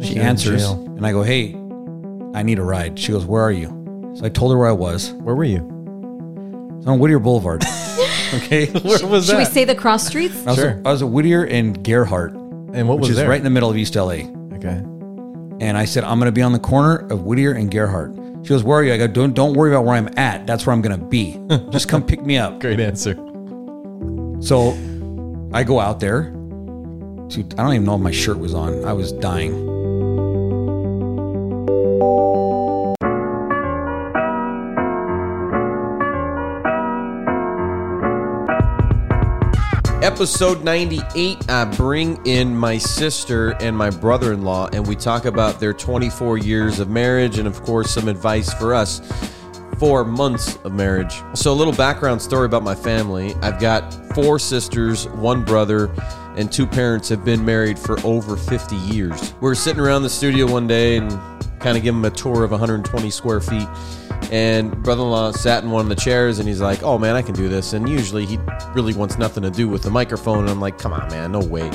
She in answers, jail. and I go, "Hey, I need a ride." She goes, "Where are you?" So I told her where I was. Where were you? It's on Whittier Boulevard. okay, where was Should we that? say the cross streets? I was, Sure. I was at Whittier and Gerhardt, which And what was is there? right in the middle of East LA. okay. And I said, I'm going to be on the corner of Whittier and Gerhardt. She goes, Where are you? I go, Don't, don't worry about where I'm at. That's where I'm going to be. Just come pick me up. Great answer. So I go out there. To, I don't even know if my shirt was on. I was dying. Episode 98, I bring in my sister and my brother in law, and we talk about their 24 years of marriage and, of course, some advice for us four months of marriage. So, a little background story about my family I've got four sisters, one brother, and two parents have been married for over 50 years. We were sitting around the studio one day and kind of giving them a tour of 120 square feet. And brother in law sat in one of the chairs and he's like, Oh man, I can do this. And usually he really wants nothing to do with the microphone. And I'm like, Come on, man, no way.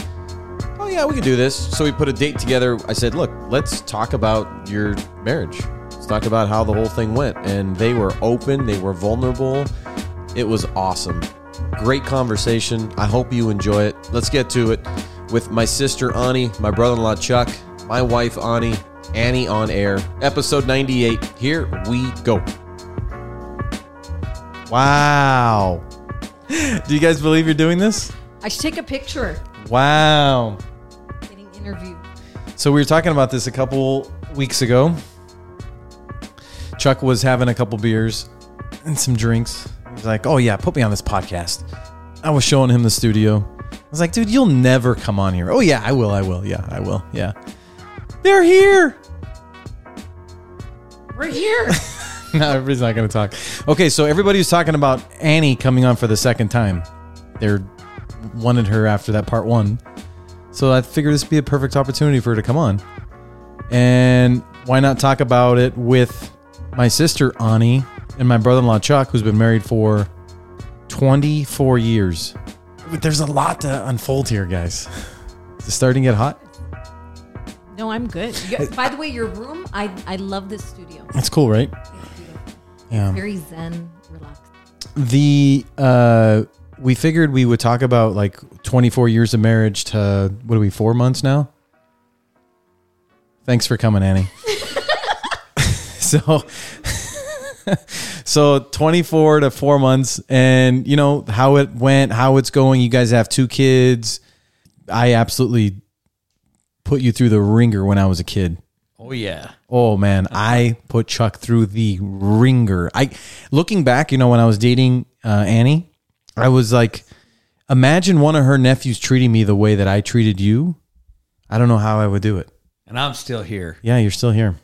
Oh yeah, we can do this. So we put a date together. I said, Look, let's talk about your marriage. Let's talk about how the whole thing went. And they were open, they were vulnerable. It was awesome. Great conversation. I hope you enjoy it. Let's get to it with my sister Ani, my brother in law Chuck, my wife Ani, Annie on air, episode 98. Here we go. Wow. Do you guys believe you're doing this? I should take a picture. Wow. Getting interviewed. So we were talking about this a couple weeks ago. Chuck was having a couple beers and some drinks. He's like, "Oh yeah, put me on this podcast." I was showing him the studio. I was like, "Dude, you'll never come on here." "Oh yeah, I will. I will. Yeah, I will. Yeah." They're here. We're here. no, everybody's not going to talk. Okay, so everybody was talking about Annie coming on for the second time. They wanted her after that part one. So I figured this would be a perfect opportunity for her to come on. And why not talk about it with my sister, Ani, and my brother in law, Chuck, who's been married for 24 years. But There's a lot to unfold here, guys. Is it starting to get hot? no, I'm good. You- By the way, your room, I, I love this studio. It's cool, right? It's beautiful. Yeah. Very zen, relaxed. the uh we figured we would talk about like 24 years of marriage to what are we four months now thanks for coming annie so so 24 to four months and you know how it went how it's going you guys have two kids i absolutely put you through the ringer when i was a kid Oh, yeah. Oh man, I put Chuck through the ringer. I looking back, you know, when I was dating uh, Annie, I was like, imagine one of her nephews treating me the way that I treated you. I don't know how I would do it. And I'm still here. Yeah, you're still here.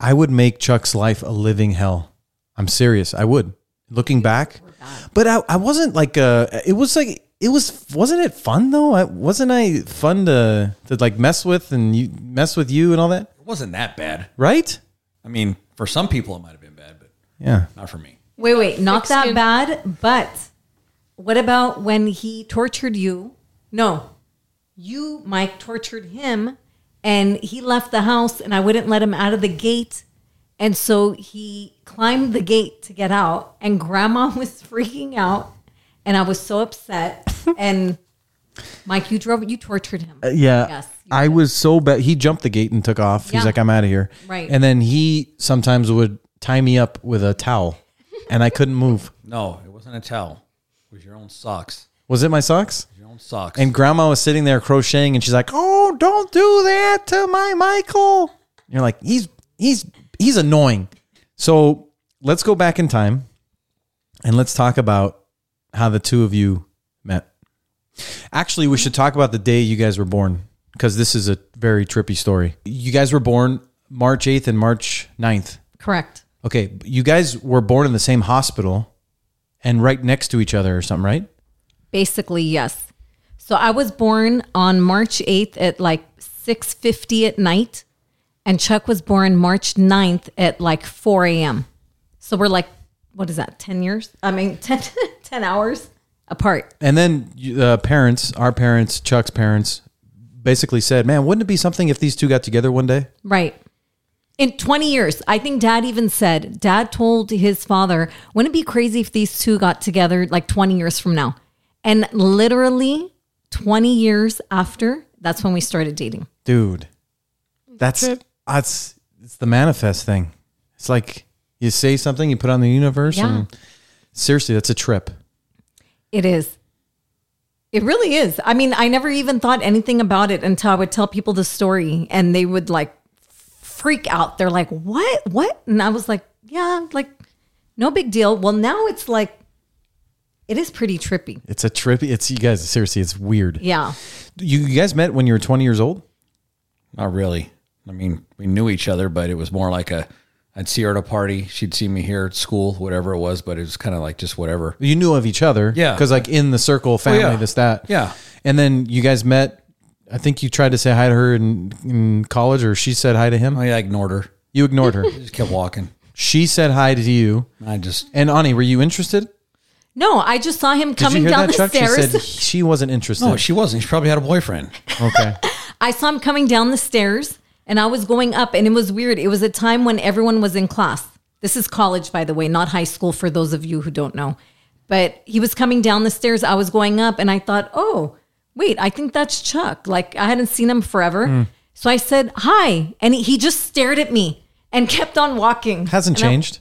I would make Chuck's life a living hell. I'm serious. I would. Looking back, but I, I wasn't like uh it was like it was wasn't it fun though? I, wasn't I fun to to like mess with and you mess with you and all that, It wasn't that bad. right? I mean, for some people, it might have been bad, but Yeah. not for me. Wait, wait, not that Excuse- bad, but what about when he tortured you? No, you, Mike, tortured him and he left the house and I wouldn't let him out of the gate. And so he climbed the gate to get out and grandma was freaking out and I was so upset. and Mike, you drove, you tortured him. Yeah. Yes, you I was so bad. He jumped the gate and took off. He's Yeah. like, I'm out of here. Right. And then he sometimes would tie me up with a towel and I couldn't move. No, it wasn't a towel. It was your own socks. Was it my socks? Your own socks. And grandma was sitting there crocheting and she's like, Oh, don't do that to my Michael. And you're like, he's he's he's annoying. So let's go back in time and let's talk about how the two of you met. Actually, we should talk about the day you guys were born because this is a very trippy story. You guys were born March 8th and March 9th. Correct. Okay, you guys were born in the same hospital and right next to each other or something, right? Basically, yes. So I was born on March 8th at like 6:50 at night and Chuck was born March 9th at like 4 a.m. So we're like what is that? 10 years? I mean 10 10 hours apart. And then you- uh, parents, our parents, Chuck's parents, basically said, "Man, wouldn't it be something if these two got together one day?" Right. In 20 years, I think dad even said, dad told his father, wouldn't it be crazy if these two got together like 20 years from now? And literally 20 years after, that's when we started dating. Dude, that's that's it's the manifest thing. It's like you say something, you put it on the universe, Yeah. and seriously, that's a trip. It is. It really is. I mean, I never even thought anything about it until I would tell people the story and they would like freak out. They're like, what? What? And I was like, yeah, like no big deal. Well, now it's like, it is pretty trippy. It's a trip. It's you guys. Seriously, it's weird. Yeah. You, you guys met when you were 20 years old. Not really. I mean, we knew each other, but it was more like a I'd see her at a party, she'd see me here at school, whatever it was, but it was kind of like just whatever. You knew of each other. Yeah. Oh, Because like in the circle, family, yeah. this that. Yeah. And then you guys met. I think you tried to say hi to her in, in college, or she said hi to him. I ignored her. You ignored her. Just kept walking. she said hi to you. I just And Ani, were you interested? No, I just saw him Did coming you hear down that, the Chuck? She stairs. Oh, said she wasn't interested. no, she wasn't. She probably had a boyfriend. okay. I saw him coming down the stairs and I was going up and it was weird. It was a time when everyone was in class. This is college, by the way, not high school for those of you who don't know. But he was coming down the stairs. I was going up and I thought, oh, wait, I think that's Chuck. Like I hadn't seen him forever. Hmm. So I said, hi. And he just stared at me and kept on walking. Hasn't And I- changed.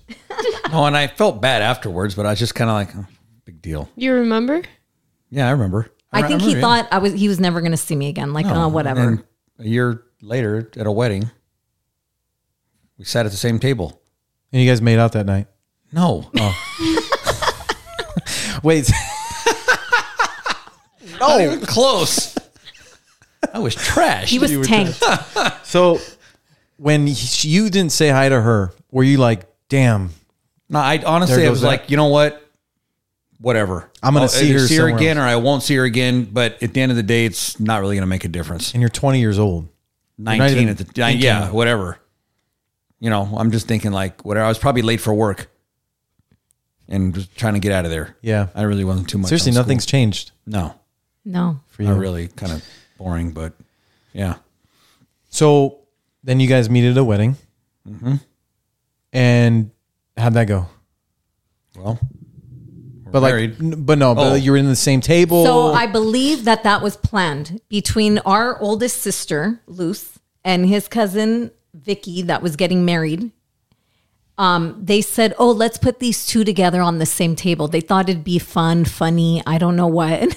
No, and I felt bad afterwards, but I was just kind of like, oh, big deal. You remember? Yeah, I remember. I, re- think he remember, yeah. thought I was he was never gonna see me again. Like, oh, whatever. And a year later at a wedding, we sat at the same table. And you guys made out that night. No. Wait. Oh, Not even close. I was trash. he was tanked. so when he- you didn't say hi to her, were you like, damn, no, I There honestly, I goes was that. like, you know what? Whatever. I'm gonna I'll see either her see her somewhere again, or I won't see her again. But at the end of the day, it's not really going to make a difference. and you're 20 years old? not 19 even at the time. thinking Yeah, about it. whatever. You know, I'm just thinking like whatever. I was probably late for work and just trying to get out of there. Yeah. I really wasn't too much. Seriously, on school. nothing's changed. No, No. for not you. really. Kind of boring, but yeah. So then you guys meet at a wedding. Mm-hmm. And how'd that go? Well, But married. like, n- but no, Oh. but you were in the same table. So I believe that that was planned between our oldest sister, Luce, and his cousin, Vicky, that was getting married. Um, they said, oh, let's put these two together on the same table. They thought it'd be fun, funny, I don't know what.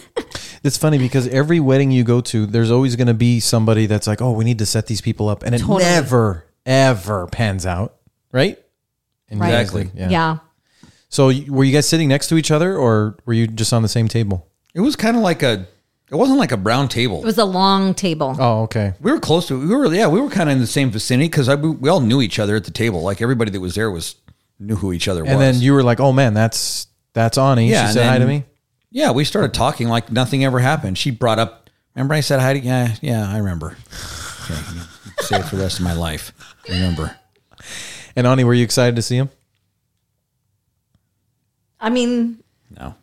it's funny because every wedding you go to, there's always going to be somebody that's like, "Oh, we need to set these people up," and it Totally. never, ever pans out, right? And you guys Exactly. did, yeah. Yeah. So y- were you guys sitting next to each other, or were you just on the same table? It was kind of like a. It wasn't like a brown table. It was a long table. Oh, okay. we were close to. We were yeah. We were kind of in the same vicinity because we, we all knew each other at the table. Like everybody that was there was knew who each other was. And then you were like, "Oh man, that's that's Ani." Yeah, she and said hi to then- me. Yeah, we started talking like nothing ever happened. She brought up, remember I said hi to yeah, yeah, I remember. Okay, you can say it for the rest of my life. Remember. And Ani, were you excited to see him? I mean, No.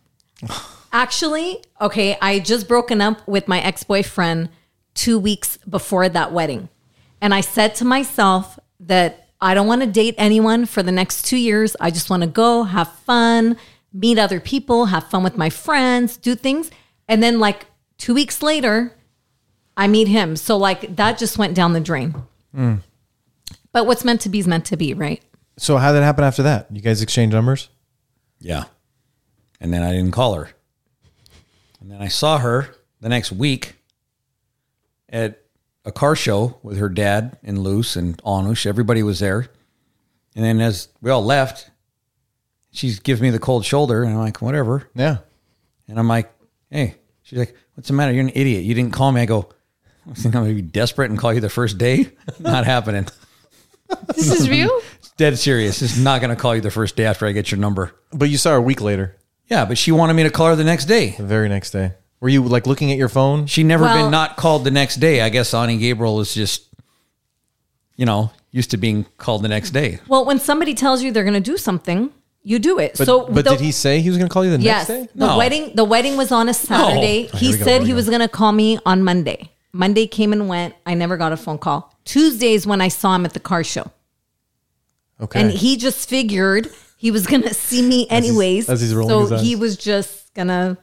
Actually, okay, I had just broken up with my ex boyfriend two weeks before that wedding. And I said to myself that I don't want to date anyone for the next two years. I just want to go have fun, meet other people, have fun with my friends, do things. And then, like, two weeks later, I meet him. So, like, that just went down the drain. Mm. But what's meant to be is meant to be, right? So how did that happen after that? You guys exchanged numbers. Yeah. And then I didn't call her. And then I saw her the next week at a car show with her dad and Luce and Anush. Everybody was there. And then as we all left, she gives me the cold shoulder and I'm like, whatever. Yeah. And I'm like, hey, she's like, what's the matter? You're an idiot. You didn't call me. I go, I think I'm going to be desperate and call you the first day. Not happening. This is real? It's dead serious. It's not going to call you the first day after I get your number. But you saw her a week later, Yeah, but she wanted me to call her the next day. the very next day. Were you like looking at your phone? She never Well- been not called the next day. I guess Ani Gabriel is just, you know, used to being called the next day. Well, when somebody tells you they're going to do something, you do it. But, so, but the- did he say he was going to call you the next Yes. day? The No. wedding the wedding was on a Saturday. Oh, he we go, said here he we was going to call me on Monday. Monday came and went. I never got a phone call. Tuesdays when I saw him at the car show. Okay. And he just figured he was going to see me anyways. as he's rolling so his eyes. he was just going to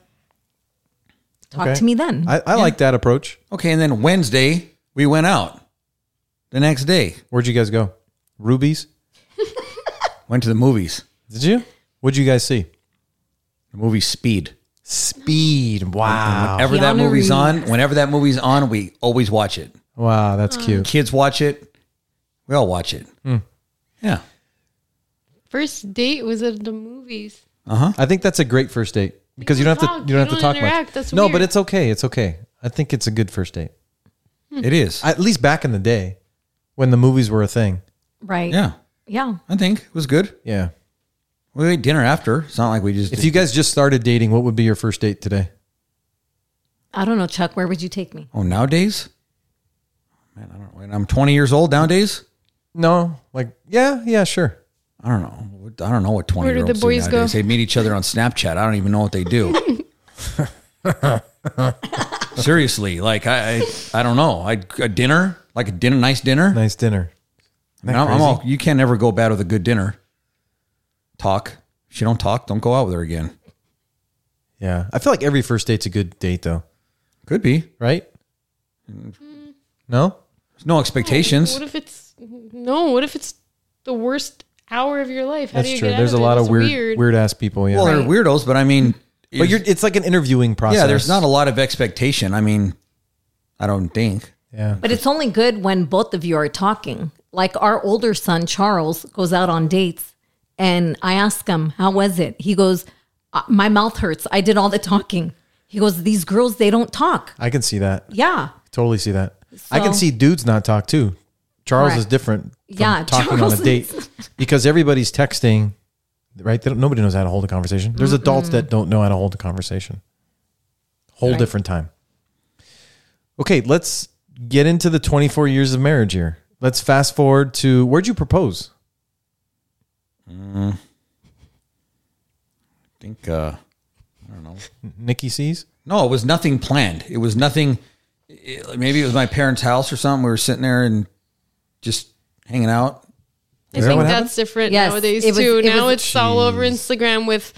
talk Okay. to me then. I, I like that approach. Okay, and then Wednesday we went out. The next day, Where'd you guys go? Rubies? went to the movies. Did you? What'd you guys see? The movie Speed. Speed. Wow. Whenever that Keanu movie's Reeves. on, whenever that movie's on, we always watch it. Wow, that's cute. Kids watch it. We all watch it. Hmm. Yeah. First date was at the movies. I think that's a great first date because you don't have to talk. you don't have You to don't talk much. interact. That's no, but weird. it's okay. It's okay. I think it's a good first date. Hmm. It is. At least back in the day when the movies were a thing. right. yeah. Yeah. I think it was good. Yeah. We ate dinner after. It's not like we just If you guys just started dating, what would be your first date today? I don't know, Chuck. Where would you take me? Oh, nowadays? Man, I don't know. When I'm 20 years old nowadays? No, like yeah, yeah, sure. I don't know. What- I don't know what 20 Where do year olds the boys do go? nowadays. They meet each other on Snapchat. I don't even know what they do. Seriously, like I, I, I don't know. I a dinner, like a dinner, nice dinner. Nice dinner. I mean, I'm- I'm all, you can never go bad with a good dinner. Talk. If she don't talk, don't go out with her again. Yeah. I feel like every first date's a good date though, Could be. right? Mm. No? There's no expectations. What if it's no? What if it's the worst hour of your life? How do That's you true. Get out There's of a it? lot of It's weird weird, ass people, yeah. Well, they're weirdos, but I mean, but you're it's like an interviewing process. yeah. There's not a lot of expectation. I mean, I don't think. Yeah. But it's only good when both of you are talking. Like our older son, Charles, goes out on dates and I ask him, How was it? He goes, "Uh, My mouth hurts. I did all the talking. He goes, These girls, they don't talk. I can see that. Yeah. Totally see that. I can So- see dudes not talk too. Charles Correct. is different. From Yeah, talking Charles on a is- date because everybody's texting, right? They don't, nobody knows how to hold a conversation. There's adults that don't know how to hold a conversation. Whole different time. Okay, let's get into the 24 years of marriage here. Let's fast forward to where'd you propose? I think. uh I don't know. Nikki sees. No, it was nothing planned. It was nothing. it- maybe it was my parents' house or something. We were sitting there and just hanging out. I Is that think what that's happened? different Yes, nowadays it was- too. it now was- it's all over Instagram with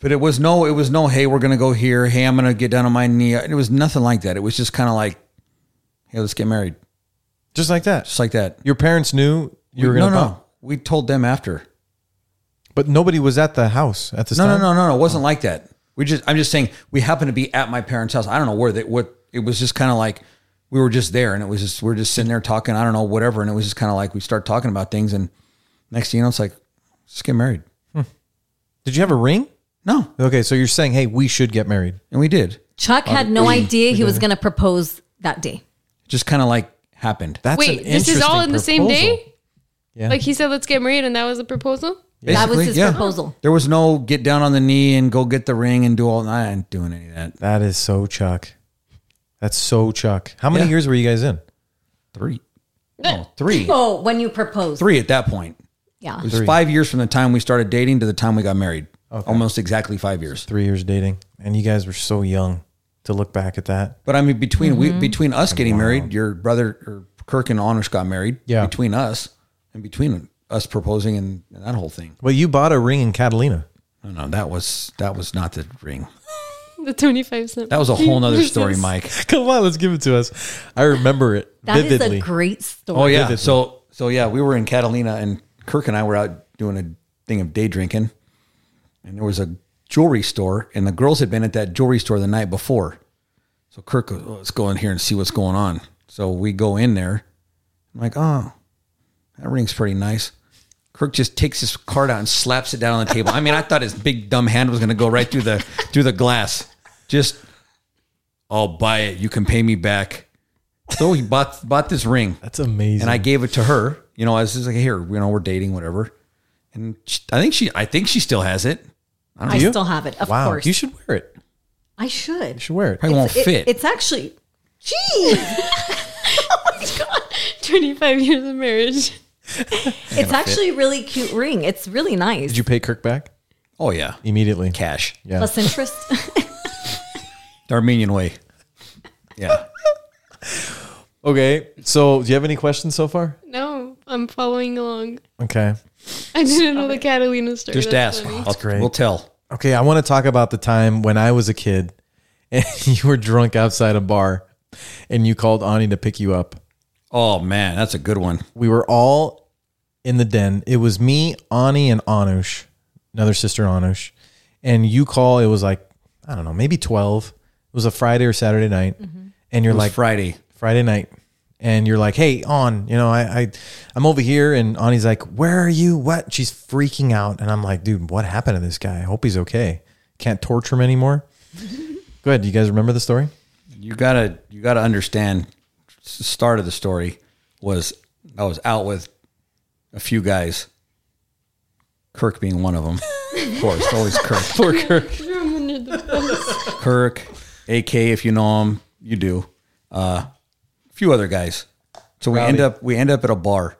But it was no. It was no. Hey, we're gonna go here. Hey, I'm gonna get down on my knee. It was nothing like that. It was just kind of like, hey, let's get married, Just like that. just like that. Your parents knew you were We- going to no, no. We told them after. But nobody was at the house at this No, no, time. no, no, no. It Oh. wasn't like that. We just. I'm just saying. We happened to be at my parents' house. I don't know where that. What it was just kind of like. We were just there, and it was just we were just sitting there talking. I don't know whatever, and it was just kind of like we start talking about things, and next thing you know, it's like, let's get married. Did you have a ring? No, Okay, so you're saying, hey, we should get married. and we did. Chuck had no idea he was going to propose that day. Just kind of like happened. That's wait. This is all in the same day. Yeah. Like he said, let's get married, and that was the proposal. That was Basically, his yeah. proposal. There was no get down on the knee and go get the ring and do all. I ain't doing any of that. That is so Chuck. That's so Chuck. How many Yeah. years were you guys in? Three, no, three, Oh, when you proposed. three at that point. Yeah. It was five years from the time we started dating to the time we got married. Almost exactly five years. Three years dating, and you guys were so young to look back at that. But I mean, between we between us getting married, your brother or Kirk and Anish got married. Yeah. Between us and between us proposing and, and that whole thing. Well, you bought a ring in Catalina. No, no, that was that was not the ring. The twenty five cent. That was a whole nother story, Mike. Come on, let's give it to us. I remember it That is vividly. a great story. Oh yeah. vividly. So so yeah, we were in Catalina and Kirk and I were out doing a thing of day drinking, and there was a jewelry store, and the girls had been at that jewelry store the night before. So Kirk goes, oh, let's go in here and see what's going on. So we go in there. I'm like, oh, that ring's pretty nice. Kirk just takes his card out and slaps it down on the table. I mean, I thought his big dumb hand was gonna go right through the through the glass. Just I'll buy it. You can pay me back. So he bought bought this ring. That's amazing. And I gave it to her. You know, I was just like, here, you know, we're dating, whatever. And she, I think she, I think she still has it. I you? still have it. Of wow, course. you should wear it. You I should. should wear it. Probably won't It- fit. It's actually. Jeez. twenty five years of marriage. It's actually a really cute ring. It's really nice. Did you pay Kirk back oh yeah, immediately? cash, Yeah. Plus interest. the Armenian way. Yeah, Okay. So, do you have any questions so far? No, I'm following along. Okay. I didn't know the Catalina story. Just That's ask. funny. I'll- great. We'll tell. Okay, I want to talk about the time when I was a kid and you were drunk outside a bar and you called Ani to pick you up. Oh man, that's a good one. We were all in the den. It was me, Ani, and Anush, another sister Anush. And you call, it was like, I don't know, maybe 12. It was a Friday or Saturday night. And you're It was like, Friday. Friday night, and you're like, "Hey, on, you know, I, I, I'm over here," and Ani's like, "Where are you? What?" She's freaking out, and I'm like, "Dude, what happened to this guy? I hope he's okay. Can't torture him anymore." Go ahead. Do you guys remember the story? You gotta you gotta understand. s- Start of the story was I was out with a few guys. Kirk being one of them, of course, always Kirk. Poor Kirk. Threw him under the bus. Kirk, AK, if you know him, you do. Uh, a few other guys. So we end up we end up at a bar,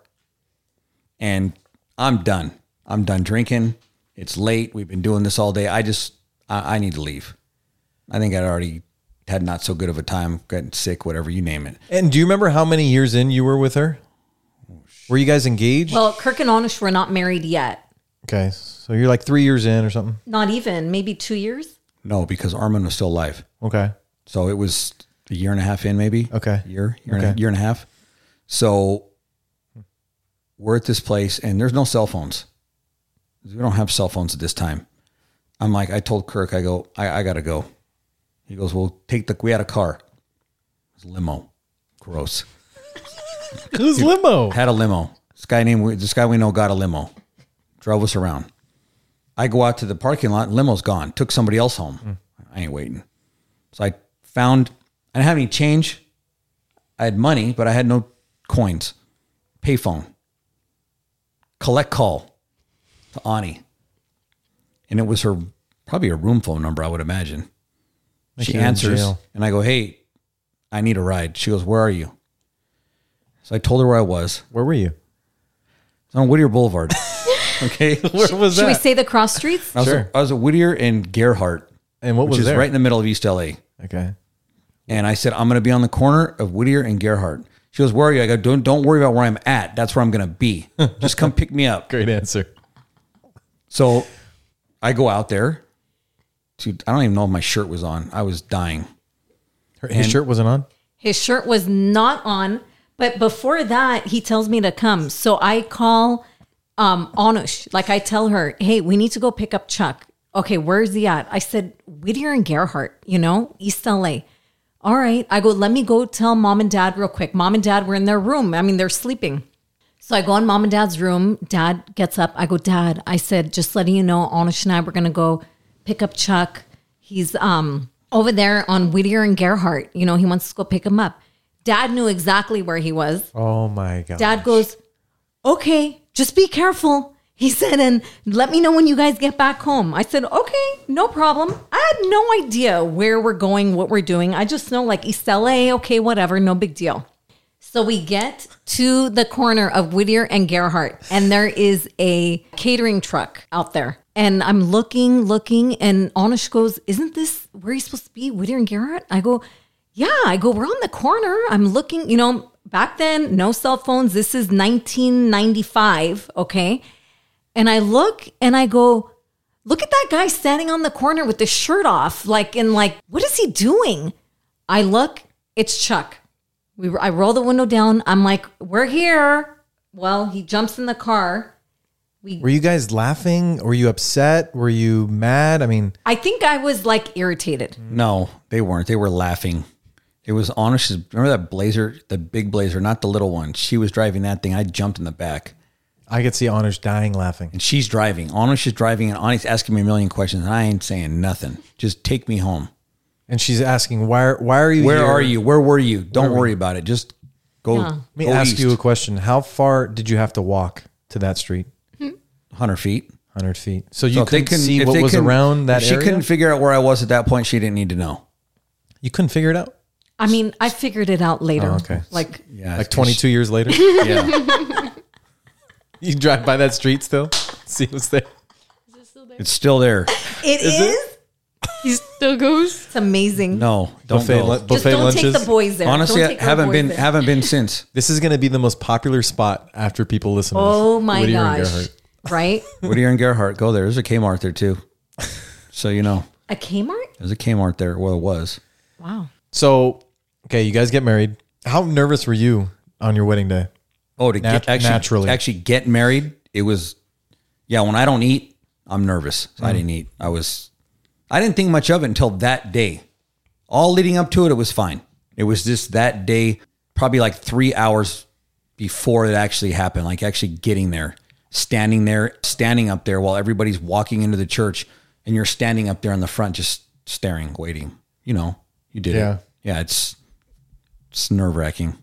and I'm done. I'm done drinking. It's late. We've been doing this all day. I just I, I need to leave. I think I'd already had not so good of a time, gotten sick, whatever you name it. And do you remember how many years in you were with her? Were you guys engaged? Well, Kirk and Onish were not married yet. okay, so you're like three years in or something. Not even, maybe two years. No, because Armin was still alive. Okay, So it was a year and a half in, maybe. Okay. Year, year, and, Okay. a, year and a half. So we're at this place and there's no cell phones. We don't have cell phones at this time. I'm like, I told Kirk, I go, I, I gotta go. He goes, Well, take the we had a car. It's limo. Gross. who's limo? Had a limo. This guy named this guy we know got a limo. Drove us around. I go out to the parking lot. Limo's gone. Took somebody else home. I ain't waiting. So I found. I didn't have any change. I had money, but I had no coins. Payphone. Collect call to Ani. And it was her probably her room phone number, I would imagine. she you're in answers, jail. and I go, "Hey, I need a ride." She goes, "Where are you?" So I told her where I was. Where were you? It's on Whittier Boulevard. okay. Where was Should we that? say the cross streets? I was, Sure. I was at Whittier and Gerhardt, and what which was is there? right in the middle of East LA. okay. And I said, I'm going to be on the corner of Whittier and Gerhardt. She goes, Where are you? I go, Don't, don't worry about where I'm at. That's where I'm going to be. Just come pick me up. Great answer. So I go out there. To, I don't even know if my shirt was on. I was dying. Her, his shirt wasn't on. His shirt was not on, but before that, he tells me to come. So I call um, Anush. Like I tell her, hey, we need to go pick up Chuck. Okay, where's he at? I said, Whittier and Gerhardt, you know, East LA. All right. I go, let me go tell mom and dad real quick. Mom and dad were in their room. I mean, they're sleeping. So I go in mom and dad's room. Dad gets up. I go, Dad, I said, just letting you know, Anish and I were gonna go pick up Chuck. He's um over there on Whittier and Gerhardt. You know, he wants to go pick him up. Dad knew exactly where he was. Oh my god. Dad goes, Okay, just be careful. He said, and let me know when you guys get back home. I said, Okay, no problem. I had no idea where we're going, what we're doing. I just know like East LA, okay, whatever, no big deal. So we get to the corner of Whittier and Gerhardt, and there is a catering truck out there. And I'm looking, looking, and Anish goes, Isn't this where he's supposed to be, Whittier and Gerhardt? I go, Yeah. I go, We're on the corner. I'm looking, you know, back then, no cell phones. This is 1995. Okay. And I look and I go, Look at that guy standing on the corner with the shirt off. Like, and like, what is he doing? I look, it's Chuck. We I roll the window down. I'm like, we're here. Well, he jumps in the car. Were you guys laughing? Were you upset? Were you mad? I mean, I think I was like irritated. No, they weren't. They were laughing. It was honest. Remember that blazer, the big blazer, not the little one. She was driving that thing. I jumped in the back. I could see Honors dying laughing. and she's driving. Honest is driving, and Honest asking me a million questions, and I ain't saying nothing. Just take me home. And she's asking, "Why? are- Why are you? Where here? are you? Where were you? Don't worry about it. Just go. Let me ask you a question. How far did you have to walk to that street? hundred feet. Hundred feet. So you So if they couldn't couldn't- see if what they was couldn't- around that if She area. couldn't figure out where I was at that point. She didn't need to know. you couldn't figure it out. I mean, I figured it out later. Oh, okay. Like, Yeah, Like twenty two years later, Yeah, you drive by that street still, see what's there. Is it still there? it's still there. it is. He still goes. It's amazing. No, don't Buffet go. lu- Just buffet don't lunches. take the boys there. Honestly, Don't I take our haven't boys been there. haven't been since. This is going to be the most popular spot after people listen. to oh this. my Whittier and gosh! Gerhart. Right? Whittier and Gerhart, go there. There's a Kmart there too. So you know, A Kmart? there's a Kmart there. Well, it was. Wow. So, okay, you guys get married. How nervous were you on your wedding day? Oh, to Nat- get actually naturally. actually get married, it was. Yeah, when I don't eat, I'm nervous. So I didn't eat. I was. I didn't think much of it until that day. All leading up to it, it was fine. It was just that day, probably like three hours before it actually happened. Like actually getting there, standing there, standing up there while everybody's walking into the church, and you're standing up there in the front, just staring, waiting. You know, you did Yeah. it. Yeah, it's it's nerve wracking.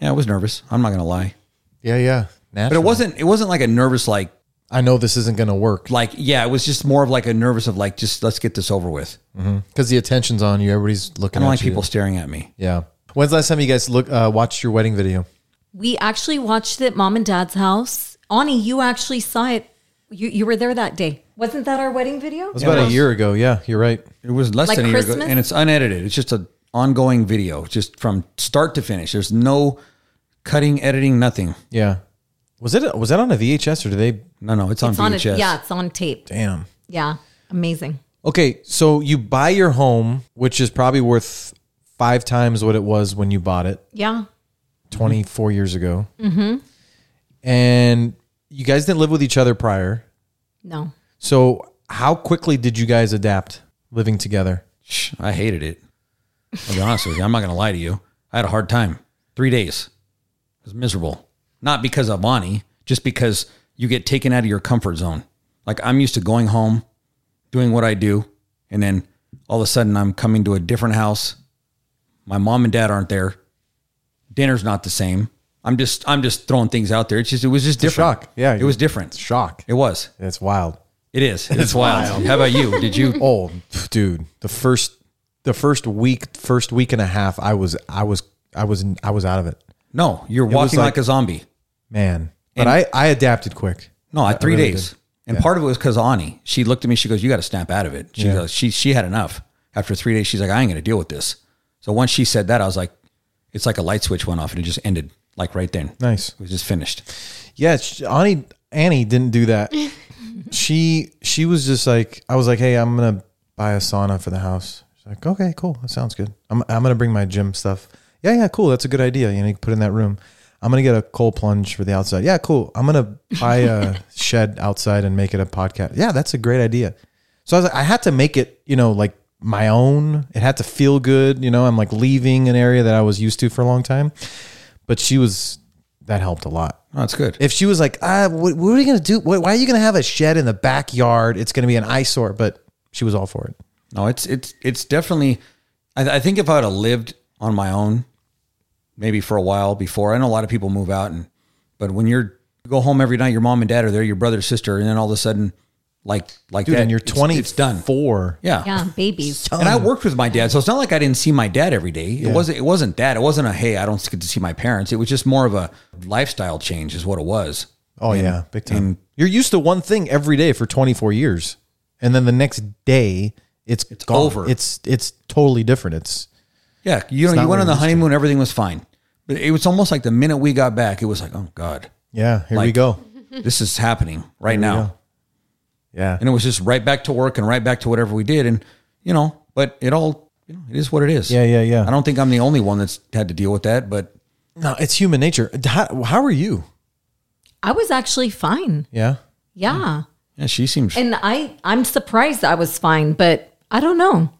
Yeah, I was nervous. I'm not gonna lie. Yeah, yeah. But it wasn't it wasn't like a nervous like I know this isn't going to work like yeah, it was just more of like a nervous of like just let's get this over with. because the attention's on you. Everybody's I looking don't at like you. people staring at me. Yeah. When's the last time you guys look uh, watched your wedding video? We actually watched it at mom and dad's house. Ani, you actually saw it. You you were there that day. Wasn't that our wedding video? It was about a year ago. Yeah, you're right. It was less Like than a year ago Christmas? and it's unedited. It's just an ongoing video, just from start to finish. There's no cutting, editing, nothing. Yeah. Was it was that on a VHS or did they? No, no, it's on It's on VHS. it. Yeah, it's on tape. Damn. Yeah. Amazing. Okay, so you buy your home, which is probably worth five times what it was when you bought it Yeah. 24 years ago. Mm-hmm. And you guys didn't live with each other prior. No. So how quickly did you guys adapt living together? Shh, I hated it. I'll be honest with you. I'm not gonna lie to you. I had a hard time. Three days. It was miserable. Not because of Bonnie, just because you get taken out of your comfort zone. Like I'm used to going home, doing what I do, and then all of a sudden I'm coming to a different house. My mom and dad aren't there. Dinner's not the same. I'm just I'm just throwing things out there. It's just it was just different. shock. Yeah, It you- was different. Shock. It was. It's wild. It is. It's, wild. How about you? Did you Oh, dude, the first the first week, first week and a half, I was I was I was I was out of it. No, you're was walking like- like a zombie. Man. But I I adapted quick. No, I, three really days. did. And part of it was because Ani, she looked at me, she goes, You got to snap out of it. She goes, she, she had enough. After three days, she's like, I ain't going to deal with this. So once she said that, I was like, It's like a light switch went off and it just ended like right then. Nice. It was just finished. Yeah, sh- Annie Annie didn't do that. she she was just like I was like, "Hey, I'm going to buy a sauna for the house." She's like, "Okay, cool. That sounds good. I'm I'm going to bring my gym stuff." Yeah, yeah, cool. That's a good idea. You know, you can put it in that room. I'm going to get a cold plunge for the outside. Yeah, cool. I'm going to buy a shed outside and make it a podcast. Yeah, that's a great idea. So I was like, I had to make it, you know, like my own. It had to feel good, you know. I'm like leaving an area that I was used to for a long time. But she was that helped a lot. No, it's good. If she was like, ah, what, what are you going to do? Why why are you going to have a shed in the backyard? It's going to be an eyesore. But she was all for it. No, it's it's it's definitely. I, I think if I would have lived on my own, maybe for a while before. I know a lot of people move out, and but when you're you go home every night, your mom and dad are there, your brother, sister, and then all of a sudden, like like Dude, that, and you're it's- 20. It's, done. Four. Yeah. Babies. And Oh. I worked with my dad, so it's not like I didn't see my dad every day. It wasn't. It wasn't that. It wasn't a hey, I don't get to see my parents. It was just more of a lifestyle change, is what it was. Oh, yeah. Big time. You're used to one thing every day for 24 years. And then the next day, it's, it's over. It's it's totally different. It's Yeah, you know, not you what went on it the used to. honeymoon, everything was fine, but it was almost like the minute we got back, it was like, oh god, yeah. Here we Like- go. this is happening right now, Yeah. and it was just right back to work and right back to whatever we did, and you know, but it all, you know, it is what it is. Yeah, yeah, yeah. I don't think I'm the only one that's had to deal with that, but No, it's human nature. How, how are you? I was actually fine. Yeah. Yeah. Hmm. yeah, she seems. And I I'm surprised I was fine, but I don't know.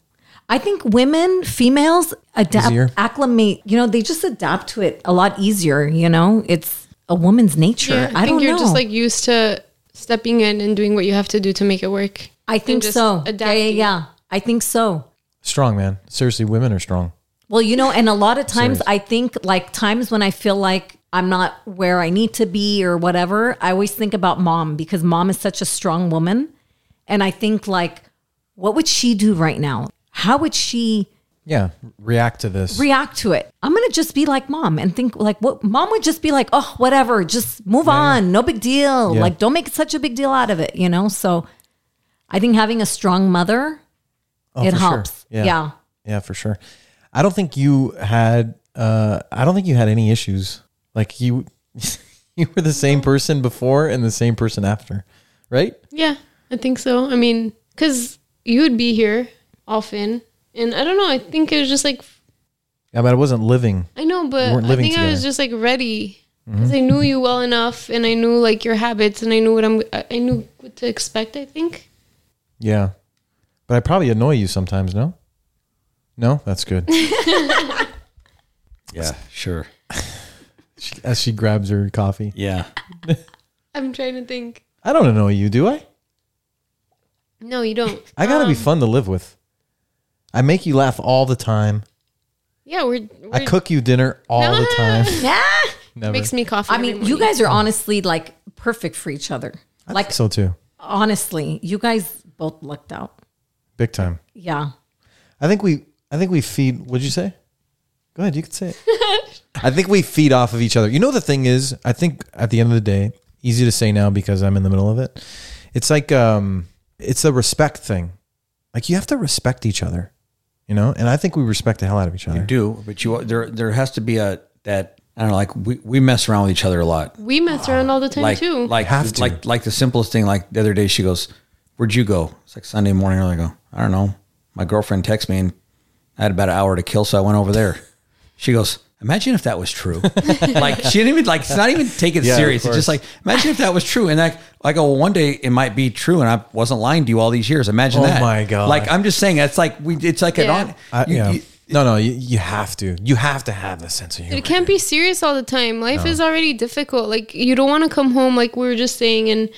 I think women, females Easier. adapt acclimate, you know, they just adapt to it a lot easier, you know? It's a woman's nature. Yeah, I, I, think don't you're know. just like used to stepping in and doing what you have to do to make it work. I think just so. Yeah, yeah, adapting. yeah. I think so. Strong, man. Seriously, women are strong. Well, you know, and a lot of times I think like times when I feel like I'm not where I need to be or whatever, I always think about mom because mom is such a strong woman. And I think like, what would she do right now? How would she Yeah. React to this. react to it? I'm gonna just be like mom and think like what mom would just be like, oh, whatever, just move on, no big deal. Yeah. Like don't make such a big deal out of it, you know? So I think having a strong mother Oh, it for sure. helps. Yeah. yeah. Yeah, for sure. I don't think you had uh I don't think you had any issues. Like you you were the same person before and the same person after, right? Yeah, I think so. I mean, because you would be here often, and I don't know. I think it was just like I mean, I wasn't living. I know, but weren't I living think I together. was Mm-hmm. just like ready because I knew you well enough, and I knew like your habits, and I knew what I'm. I I knew what to expect. I think. Yeah. But I probably annoy you sometimes, no? No, that's good. Yeah, sure. She- As she grabs her coffee. Yeah. I'm trying to think. I don't annoy you, do I? No, you don't. I gotta be fun to live with. I make you laugh all the time. Yeah, we're. we're I cook you dinner all the time. Never. makes me coffee. I mean, you guys are honestly like perfect for each other. Like so too. honestly, you guys both looked out. Big time. Yeah. I think we I think we feed what'd you say? Go ahead, you could say it. I think we feed off of each other. You know the thing is, I think at the end of the day, easy to say now because I'm in the middle of it. It's like um it's a respect thing. Like you have to respect each other. You know? And I think we respect the hell out of each other. do, but you there there has to be a that I don't know, like we, we mess around with each other a lot. we mess around all the time Like too. like Have to. like like the simplest thing, like the other day she goes, Where'd you go? It's like Sunday morning early. I go, I don't know. My girlfriend texts me and I had about an hour to kill, so I went over there. She goes, Imagine if that was true. like she didn't even like it's not even take it Yeah, of serious. It's just course. like imagine if that was true. And like I go, well, one day it might be true and I wasn't lying to you all these years. Imagine Oh that. my God. Like I'm just saying it's like we it's like Yeah. an on I, you- yeah. you- no, no, you, you have to. You have to have the sense of humor. It can't be serious all the time. Life is already difficult. Like you don't want to come home like we were just saying and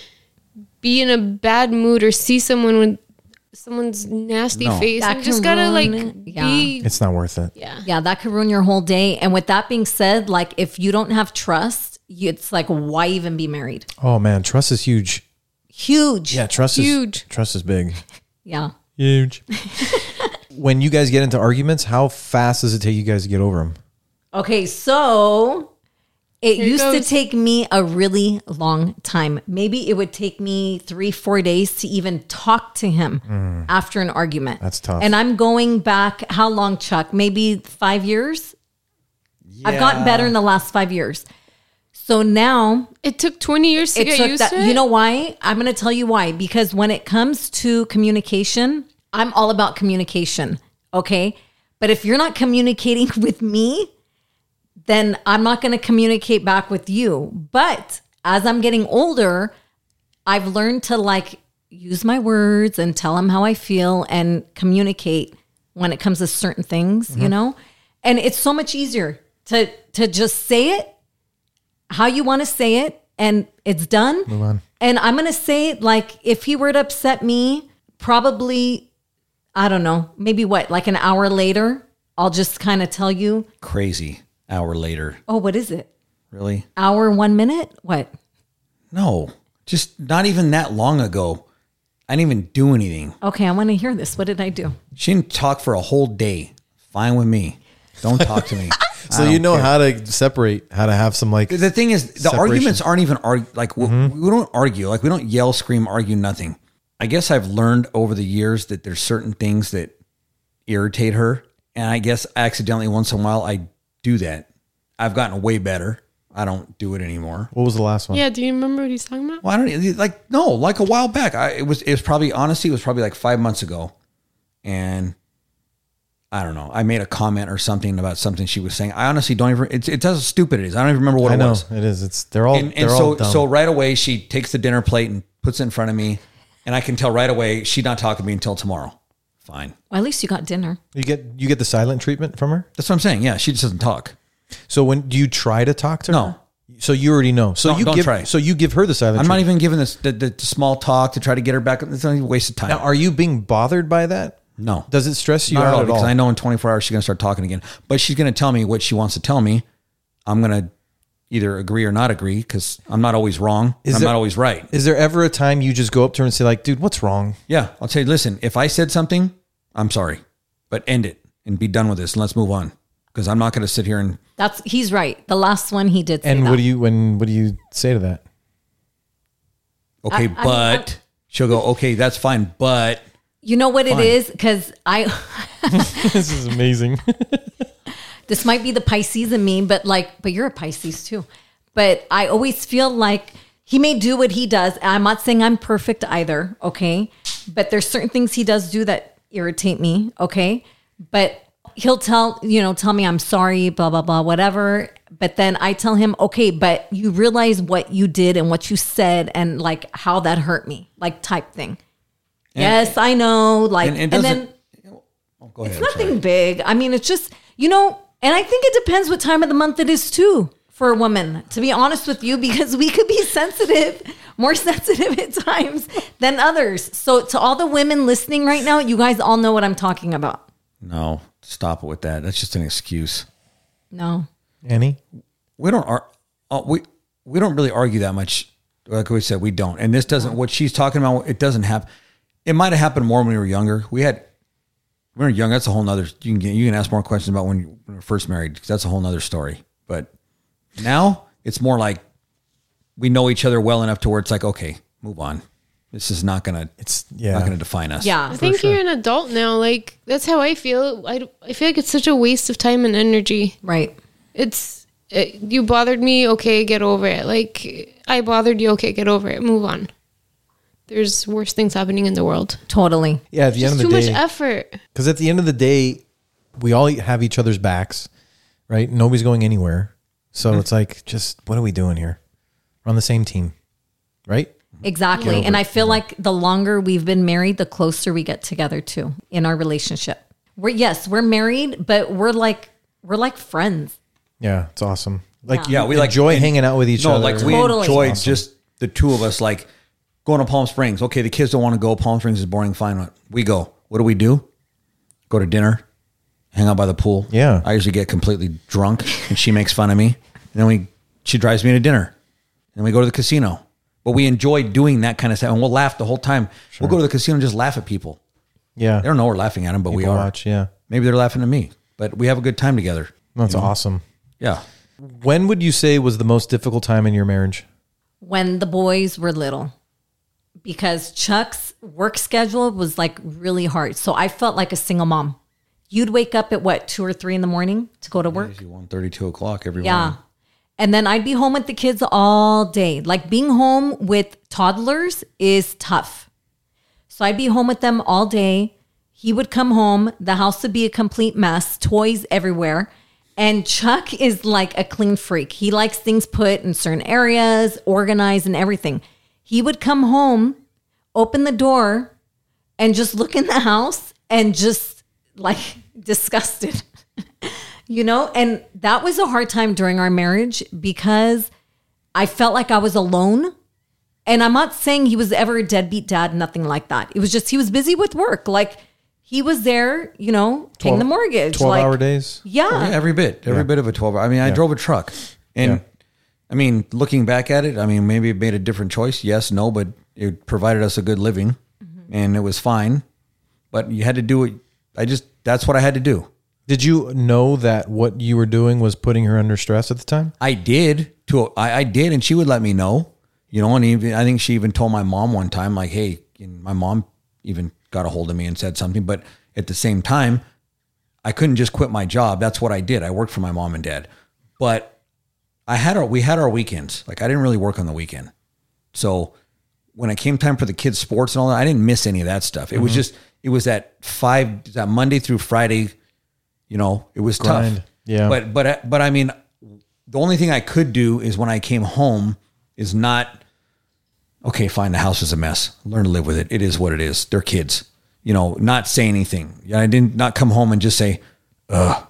be in a bad mood or see someone with someone's nasty No. face. That You just can gotta like ruin it. be It's not worth it. yeah. Yeah, that could ruin your whole day. And with that being said, like if you don't have trust, you, it's like why even be married? Oh man, trust is huge. Huge. Yeah, trust is Huge. Trust is big. Yeah. Huge. when you guys get into arguments, how fast does it take you guys to get over them? Okay, so it it used goes. to take me a really long time. Maybe it would take me three, four days to even talk to him after an argument. Hmm. That's tough. And I'm going back how long, Chuck? Maybe five years? I've gotten better in the last five years. So now It took twenty years to it get took used that. to it. You know why? I'm going to tell you why. Because when it comes to communication, I'm all about communication. Okay. But if you're not communicating with me, then I'm not going to communicate back with you. But as I'm getting older, I've learned to like use my words and tell them how I feel and communicate when it comes to certain things, you know? And it's so much easier to to just say it how you want to say it and it's done. Move on. And I'm going to say like if he were to upset me, probably I don't know, maybe what, like an hour later, I'll just kind of tell you, crazy hour later. "Oh, what is it? Really? Hour 1 minute? What?" No, just not even that long ago. I didn't even do anything. Okay, I want to hear this. What did I do? She didn't talk for a whole day. Fine with me. Don't talk to me. So you know how to separate, how to have some like. the thing is, the Separation. arguments aren't even arg- like w we don't argue. Like we don't yell, scream, argue, nothing. I guess I've learned over the years that there's certain things that irritate her, and I guess accidentally once in a while I do that. I've gotten way better. I don't do it anymore. What was the last one? yeah, do you remember what he's talking about? Well, I don't like no, like a while back. I it was it was probably honestly it was probably like five months ago, and I don't know. I made a comment or something about something she was saying. I honestly don't even. It's it's how stupid it is. I don't even remember what I it know was. it is. It's they're all And, they're and all so dumb. so right away she takes the dinner plate and puts it in front of me, and I can tell right away she's not talking to me until tomorrow. Fine, Well, at least you got dinner. you get you get the silent treatment from her. that's what I'm saying. Yeah, she just doesn't talk. So when do you try to talk to No. her? So you already know. So Don't- you don't give try. so you give her the silent. I'm not treatment. even giving this the, the, small talk to try to get her back. It's only a waste of time. Now, are you being bothered by that? no, Does it stress you Not out at all, at all? because I know in 24 hours she's going to start talking again. But she's going to tell me what she wants to tell me. I'm going to either agree or not agree because I'm not always wrong. Is I'm there- not always right. Is there ever a time you just go up to her and say like, "Dude, what's wrong?" Yeah, I'll tell you. Listen, if I said something, I'm sorry, but end it and be done with this. And let's move on because I'm not going to sit here and That's he's right. The last one he did say And that. what do you when what do you say to that? okay, I- I- but she'll go. Okay, that's fine, but You know what Fine. it is? Because I, this is amazing. this might be the Pisces in me, but like, but you're a Pisces too. But I always feel like he may do what he does. I'm not saying I'm perfect either, okay? But there's certain things he does do that irritate me, okay? But he'll tell, you know, tell me I'm sorry, blah, blah, blah, whatever. But then I tell him, okay, but you realize what you did and what you said and like how that hurt me, like type thing. yes, I know. Like, And it and, doesn't. then oh, go ahead. I'm sorry. nothing big. I mean, it's just, you know, and I think it depends what time of the month it is too for a woman, to be honest with you, because we could be sensitive, more sensitive at times than others. So, to all the women listening right now, you guys all know what I'm talking about. No, stop it with that. That's just an excuse. No. Annie? We don't ar- uh, we we don't really argue that much. Like we said, we don't. And this doesn't. What she's talking about, it doesn't happen. It might have happened more when we were younger. We had we were young. That's a whole nother. You can get, you can ask more questions about when you when we were first married. 'cause that's a whole nother story. But now it's more like we know each other well enough to where it's like, okay, move on. This is not gonna. It's not yeah. gonna define us. I Yeah. think you're an adult now. Like that's how I feel. I, d- I feel like it's such a waste of time and energy. Right. It's it, you bothered me. Okay, get over it. Like I bothered you. Okay, get over it. Move on. There's worse things happening in the world. Totally. Yeah, at the end Just of the too much day, effort. Because at the end of the day, we all have each other's backs, right? Nobody's going anywhere. So Mm. it's like, just what are we doing here? We're on the same team, right? Exactly. And I feel like the longer we've been married, the closer we get together too in our relationship. We're, yes, we're married, but we're like, we're like friends. Yeah, it's awesome. Like, Yeah, you we like enjoy and- hanging out with each no, other. like we Totally. enjoyed Awesome. just the two of us, like going to Palm Springs. Okay, the kids don't want to go. Palm Springs is boring. Fine, we go. What do we do? Go to dinner, hang out by the pool. Yeah. I usually get completely drunk, and she makes fun of me. And then we, she drives me to dinner, and we go to the casino. But we enjoy doing that kind of stuff, and we'll laugh the whole time. We'll go to the casino and just laugh at people. yeah, They don't know we're laughing at them, but we People are. watch. Yeah, Maybe they're laughing at me, but we have a good time together. that's awesome. Yeah. When would you say was the most difficult time in your marriage? when the boys were little because Chuck's work schedule was like really hard. So I felt like a single mom. You'd wake up at what, two or three in the morning to go to work? Usually 1:30, 2 o'clock every Yeah. morning. And then I'd be home with the kids all day. Like being home with toddlers is tough. So I'd be home with them all day. He would come home. The house would be a complete mess, toys everywhere. And Chuck is like a clean freak. He likes things put in certain areas, organized and everything. He would come home, open the door, and just look in the house and just like disgusted you know and that was a hard time during our marriage because i felt like i was alone and i'm not saying he was ever a deadbeat dad nothing like that it was just he was busy with work like he was there you know paying the mortgage Twelve like, hour Oh, days. Oh, Yeah, yeah every bit, every bit of a 12 hour. I mean, I drove a truck and Yeah. I mean, looking back at it, I mean, maybe it made a different choice. Yes, no, but it provided us a good living and it was fine. But you had to do it. I just, that's what I had to do. Did you know that what you were doing was putting her under stress at the time? I did to, I, I did. And she would let me know, you know, and even, I think she even told my mom one time, like, Hey, and my mom even got a hold of me and said something. But at the same time, I couldn't just quit my job. That's what I did. I worked for my mom and dad, but I had our we had our weekends. Like I didn't really work on the weekend. So when it came time for the kids' sports and all that, I didn't miss any of that stuff. It was Mm-hmm. just it was that five that Monday through Friday, you know, it was Grind. tough. Yeah. But but I- but I mean the only thing I could do is when I came home is not okay, fine, the house is a mess. Learn to live with it. It is what it is. They're kids. You know, not say anything. Yeah, I didn't not come home and just say, Ugh,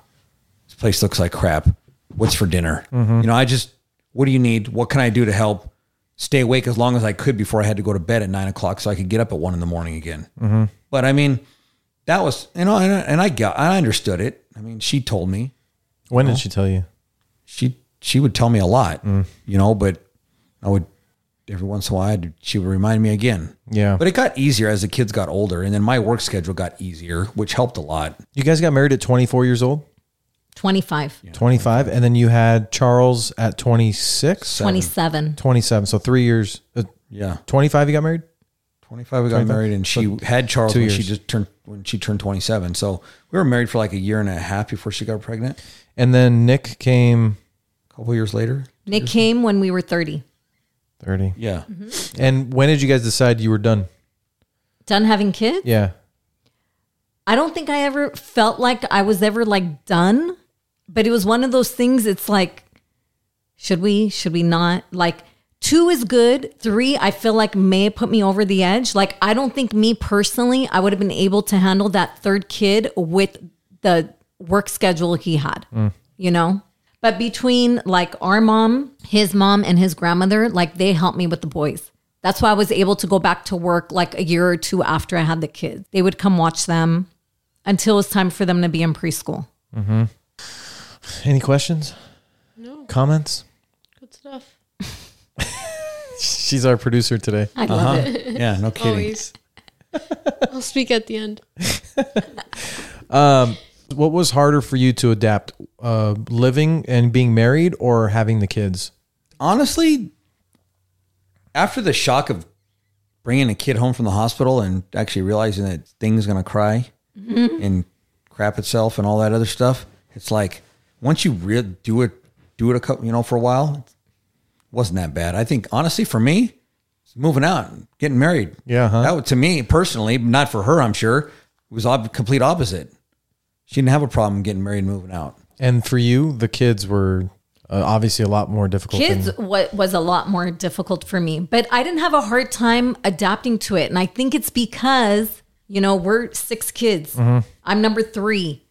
this place looks like crap. What's for dinner? You know, I just, what do you need? What can I do to help? Stay awake as long as I could before I had to go to bed at nine o'clock so I could get up at one in the morning again. But I mean, that was, you know, and I, and I got, I understood it. I mean, she told me When did she tell you? she, she would tell me a lot, you know, but I would, every once in a while, I'd- she would remind me again. Yeah. But it got easier as the kids got older. And then my work schedule got easier, which helped a lot. You guys got married at 24 years old, 25 25, and then you had Charles at 26, 27 27. So three years, uh, Yeah. 25, you got married? 25 we got 25? married and she So had Charles two when she years. just turned when she turned 27. So we were married for like a year and a half before she got pregnant. And then Nick came A couple years later. Nick came when we were 30. 30. Yeah. And when did you guys decide you were done? Done having kids? Yeah. I don't think I ever felt like I was ever like done, but it was one of those things. It's like, should we? Should we not? Like, two is good. Three, I feel like may have put me over the edge. Like, I don't think me personally, I would have been able to handle that third kid with the work schedule he had, you know? But between like our mom, his mom, and his grandmother, like they helped me with the boys. That's why I was able to go back to work like a year or two after I had the kids. They would come watch them until it's time for them to be in preschool. Any questions? No, Comments? good stuff. She's our producer today. I love it. Yeah, no kidding. Always. I'll speak at the end. What was harder for you to adapt, uh, living and being married or having the kids? Honestly, after the shock of bringing a kid home from the hospital and actually realizing that thing's going to cry and crap itself and all that other stuff, it's like once you re- do it do it a couple, you know, for a while, it wasn't that bad. I think honestly for me, it's moving out, and getting married. Yeah, huh? That would- to me personally, not for her, I'm sure, it was ob- complete opposite. She didn't have a problem getting married and moving out. And for you, the kids were uh, obviously a lot more difficult. Kids than- what was a lot more difficult for me, but I didn't have a hard time adapting to it. And I think it's because, you know, we're six kids. I'm number 3.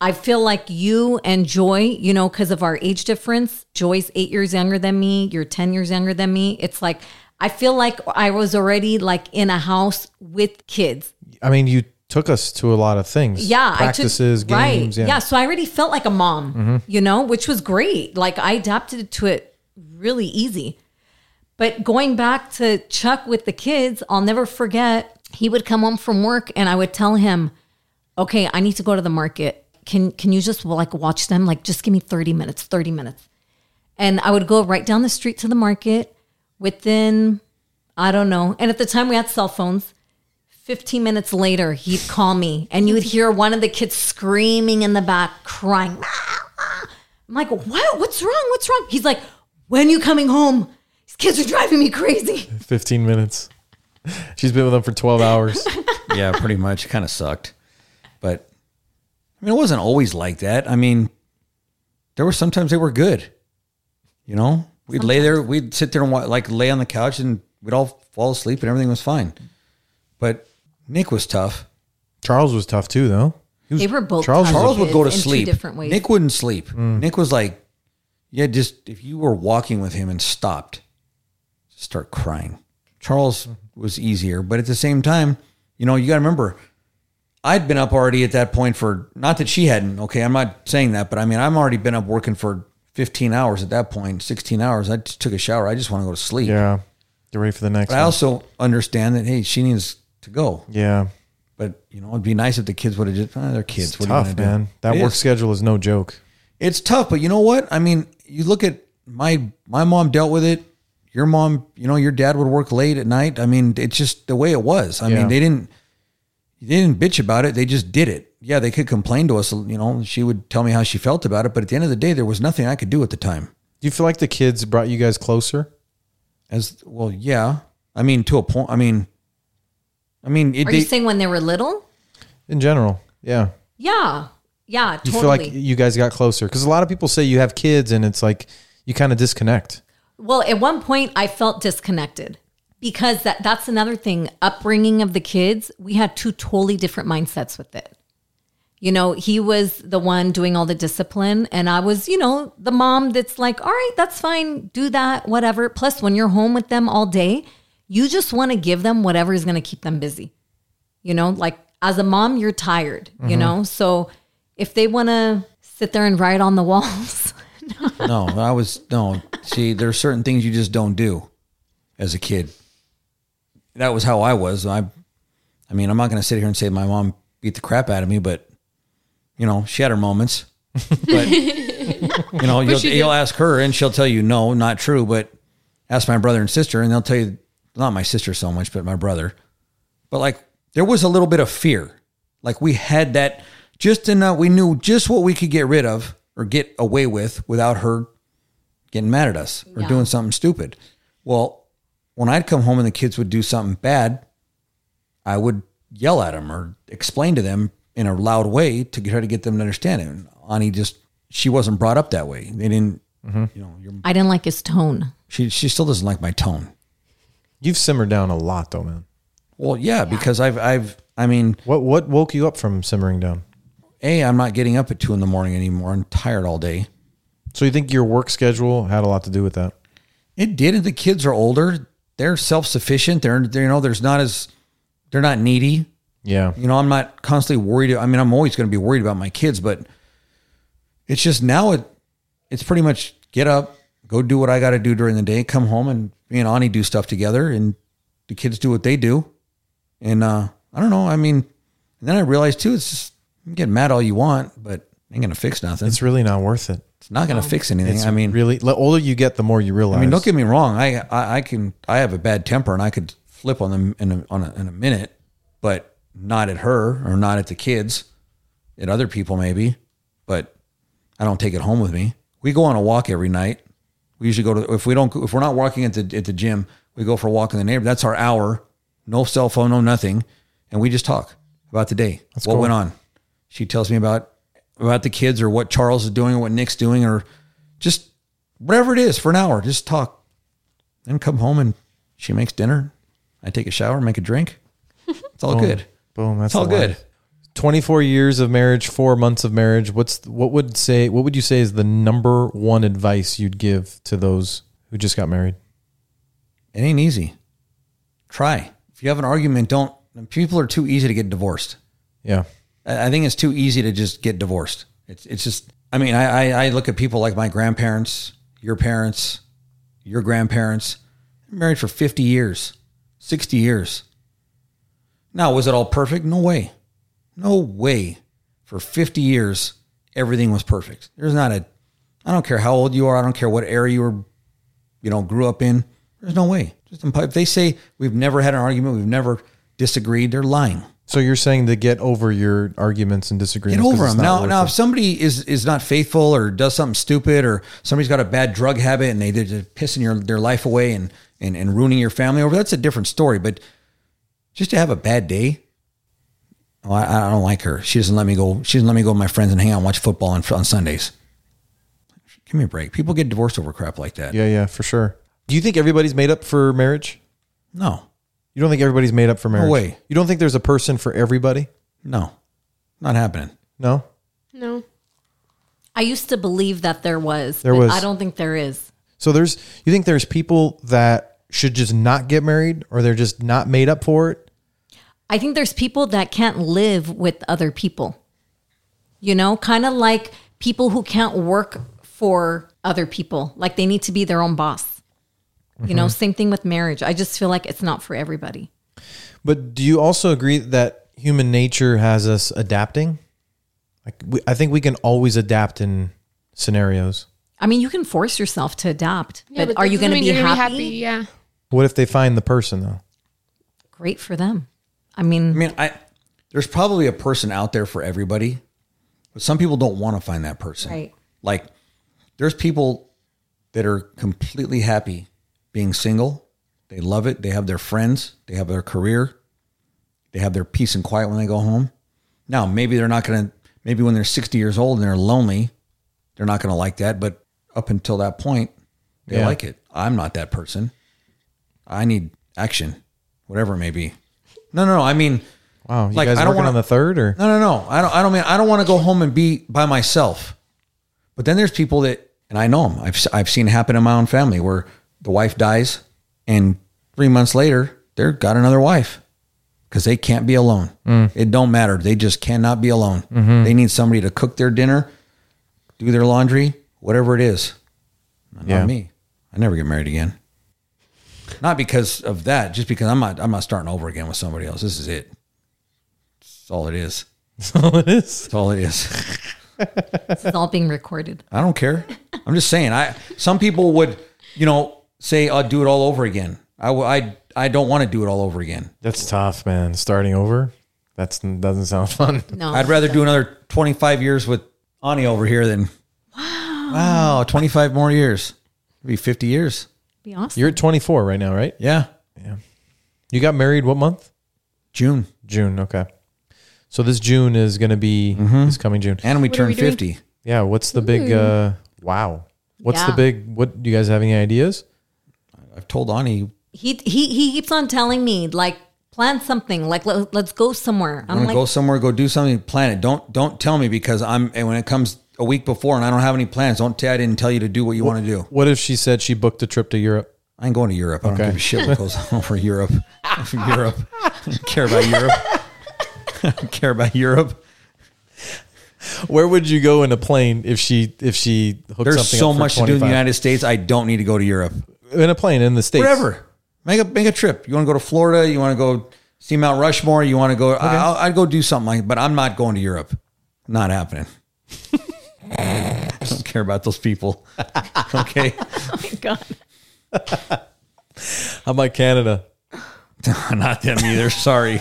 I feel like you and Joy, you know, because of our age difference, Joy's eight years younger than me, you're 10 years younger than me. It's like, I feel like I was already like in a house with kids. I mean, you took us to a lot of things. Yeah. Practices, I took, games. Right. Yeah. Mm-hmm. Yeah. So I already felt like a mom, you know, which was great. Like I adapted to it really easy. But going back to Chuck with the kids, I'll never forget. He would come home from work and I would tell him, "Okay, I need to go to the market. Can can you just like watch them? Like just give me 30 minutes, 30 minutes." And I would go right down the street to the market within I don't know. And at the time we had cell phones. 15 minutes later, he'd call me and you would hear one of the kids screaming in the back crying. I'm like, "What? What's wrong? What's wrong?" He's like, "When you coming home?" These kids are driving me crazy. 15 minutes. She's been with them for 12 hours. yeah, pretty much. Kind of sucked. But I mean, it wasn't always like that. I mean, there were sometimes they were good. You know, we'd lay there, we'd sit there and wa- like lay on the couch and we'd all fall asleep and everything was fine. But Nick was tough. Charles was tough too, though. He was- They were both Charles, tough. Charles would go to In two sleep. different ways. Nick wouldn't sleep. Mm. Nick was like, yeah, just if you were walking with him and stopped, just start crying. Charles Mm-hmm. was easier, but at the same time, you know, you got to remember, I'd been up already at that point for not that she hadn't. Okay, I'm not saying that, but I mean, I'm already been up working for 15 hours at that point, 16 hours. I just took a shower. I just want to go to sleep. Yeah. Get ready for the next But I one. also understand that hey, she needs to go. Yeah. But you know, it'd be nice if the kids would have just oh, they're kids. It's what are you tough, gonna do? man. That It work is. schedule is no joke. It's tough, but you know what? I mean, you look at my my mom dealt with it. Your mom, you know, your dad would work late at night. I mean, it's just the way it was. I Yeah. mean, they didn't they didn't bitch about it. They just did it. Yeah, they could complain to us, you know, she would tell me how she felt about it, but at the end of the day there was nothing I could do at the time. Do you feel like the kids brought you guys closer? As well, yeah. I mean, to a point, I mean I mean, it Are they- you saying when they were little? In general. Yeah. Yeah. Yeah, You totally. feel like you guys got closer? Because a lot of people say you have kids and it's like you kind of disconnect. Well, at one point I felt disconnected because that that's another thing. Upbringing of the kids, we had two totally different mindsets with it. You know, he was the one doing all the discipline and I was, you know, the mom that's like, "All right, that's fine. Do that, whatever." Plus when you're home with them all day, you just want to give them whatever is going to keep them busy. You know, like as a mom, you're tired, you know? So if they want to sit there and write on the walls, no, I was no. See, there are certain things you just don't do as a kid. That was how I was. I, I mean, I'm not going to sit here and say my mom beat the crap out of me, but you know, she had her moments. But you know, you'll, she you'll ask her, and she'll tell you no, not true. But ask my brother and sister, and they'll tell you not my sister so much, but my brother. But like there was a little bit of fear. Like we had that just enough we knew just what we could get rid of or get away with without her getting mad at us or doing something stupid. Well, when I'd come home and the kids would do something bad, I would yell at them or explain to them in a loud way to try to get them to understand it. And Ani just she wasn't brought up that way. They didn't, you know, your, I didn't like his tone. she she still doesn't like my tone. You've simmered down a lot, though, man. Well, yeah, because I've I've I mean, What what woke you up from simmering down? a I'm not getting up at two in the morning anymore. I'm tired all day. So you think your work schedule had a lot to do with that? It did. And the kids are older. They're self sufficient. They're, they're you know there's not as they're not needy. Yeah. You know, I'm not constantly worried. I mean, I'm always going to be worried about my kids, but it's just now it it's pretty much get up, go do what I got to do during the day, come home, and me and Ani do stuff together, and the kids do what they do, and uh, I don't know. I mean, and then I realized too, it's just you can get mad all you want, but ain't gonna fix nothing. It's, It's really not worth it. not gonna fix anything. I mean, Really, the older you get, the more you realize. I mean, don't get me wrong. I, I, I can, I have a bad temper and I could flip on them in a, on a, in a minute, but not at her or not at the kids, at other people maybe, but I don't take it home with me. We go on a walk every night. We usually go to, if we don't, if we're not walking at the, at the gym, we go for a walk in the neighborhood. That's our hour. No cell phone, no nothing. And we just talk about the day, what went on. She tells me about, about the kids or what Charles is doing or what Nick's doing or just whatever it is for an hour. Just talk. Then come home and she makes dinner. I take a shower, make a drink. It's all good. Boom. That's It's all the good. life. 24 years of marriage, four months of marriage. What's what would say? What would you say is the number one advice you'd give to those who just got married? It ain't easy. Try. If you have an argument, don't. People are too easy to get divorced. Yeah. I I think it's too easy to just get divorced. It's it's just. I mean, I I, I look at people like my grandparents, your parents, your grandparents, married for fifty years, sixty years. Now, was it all perfect? No way, no way. For fifty years, everything was perfect. There's not a. I don't care how old you are. I don't care what area you were, you know, grew up in. There's no way. Just impo- if they say we've never had an argument, we've never disagreed, they're lying. So you're saying to get over your arguments and Get disagreements. 'cause over it's them not now. worth Now, it. if somebody is is not faithful or does something stupid, or somebody's got a bad drug habit and they, they're just pissing your their life away and, and and ruining your family over, that's a different story. But just to have a bad day, oh, I, I don't like her. She doesn't let me go. She doesn't let me go with my friends and hang out and watch football on on Sundays. Give me a break. People get divorced over crap like that. Yeah, yeah, for sure. Do you think everybody's made up for marriage? No, You don't think everybody's made up for marriage? way. You don't think there's a person for everybody? no, not happening. No. No. I used to believe that there was. There but was. I don't think there is. So there's you think there's people that should just not get married or they're just not made up for it? I think there's people that can't live with other people. You know, kind of like people who can't work for other people. Like they need to be their own boss. You know, same thing with marriage. I just feel like it's not for everybody. But do you also agree that human nature has us adapting? Like we, I think we can always adapt in scenarios. I mean, you can force yourself to adapt, Yeah, but, that are you doesn't going to mean be you're gonna happy? Yeah. What if they find the person though? Great for them. I mean, I mean, I there's probably a person out there for everybody, but some people don't want to find that person. Right. Like there's people that are completely happy being single. They love it. They have their friends. They have their career. They have their peace and quiet when they go home. Now, maybe they're not going to, maybe when they're 60 years old and they're lonely, they're not going to like that. But up until that point, they Yeah. like it. I'm not that person. I need action, whatever it may be. No, no, no. I mean, Wow, Oh, you Like, guys I don't working wanna- on the third or no, no, no. I don't. I don't mean. I don't want to go home and be by myself. But then there's people that, and I know them. I've s- I've seen it happen in my own family where the wife dies, and three months later they're got another wife because they can't be alone. It don't matter. They just cannot be alone. They need somebody to cook their dinner, do their laundry, whatever it is. Not Yeah. me. I never get married again. Not because of that, just because I'm not. I'm not starting over again with somebody else. This is it. That's all it is. That's all it is. That's all it is. this is all being recorded. I don't care. "Oh, I'm just saying. I some people would, you know, say I'll do it all over again. I would. I I don't want to do it all over again. That's tough, man. Starting over, that doesn't sound fun. No, I'd rather do another 25 years with Ani over here than wow, 25 more years. It'd be 50 years. be awesome. You're at 24 right now, right? Yeah, You got married what month? June, June. Okay. So this June is going to be this coming June. Mm-hmm. and we What are turn we doing? 50. Yeah. What's the big? uh Wow. What's the Yeah. big? What do you guys have any ideas? I've told Ani he he he keeps on telling me like plan something like let, let's go somewhere I'm i'm gonna like go somewhere, go do something, plan it. Don't don't tell me because I'm. And when it comes a week before and I don't have any plans, don't tell I didn't tell you to do what you want to do. What if she said she booked a trip to Europe? I ain't going to Europe. I don't Okay. give a shit what goes on over Europe. Europe, I don't care about Europe. I don't care about Europe. Where would you go in a plane if she if she hooked There's something so up for much to do in the 25? United States. I don't need to go to Europe. in a plane in the states? Whatever. Make a make a trip. You want to go to Florida? You want to go see Mount Rushmore? You want to go? I, I'll, I'd go do something like. But I'm not going to Europe. Not happening. I don't care about those people. Okay. How about Canada, Not them either. Sorry.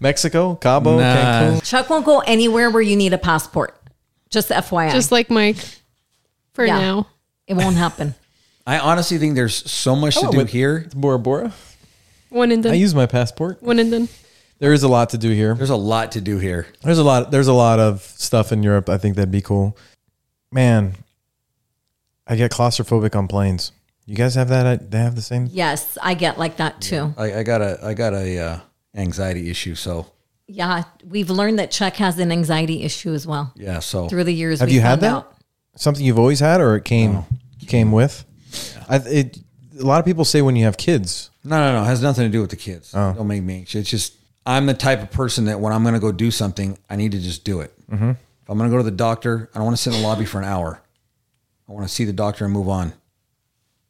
Mexico, Cabo, Nah. Cancun? chuck won't go anywhere where you need a passport just fyi Just like Mike for Yeah. now. it won't happen I honestly think there's so much to went do with- here. Bora Bora. One and I done. use my passport. One and done. There is a lot to do here. There's a lot to do here. There's a lot. There's a lot of stuff in Europe. I think that'd be cool. Man, I get claustrophobic on planes. You guys have that? They have the same. yes i get like that too I, I got a I got a uh, anxiety issue. So yeah, we've learned that chuck has an anxiety issue as well yeah. So through the years Have we you had found that? out. Something you've always had, or it came came with? I, it, a lot of people say when you have kids. no, no, no. It has nothing to do with the kids. Oh. Don't make me anxious. It's just I'm the type of person that when I'm going to go do something, I need to just do it. Mm-hmm. If I'm going to go to the doctor, I don't want to sit in the lobby for an hour. I want to see the doctor and move on.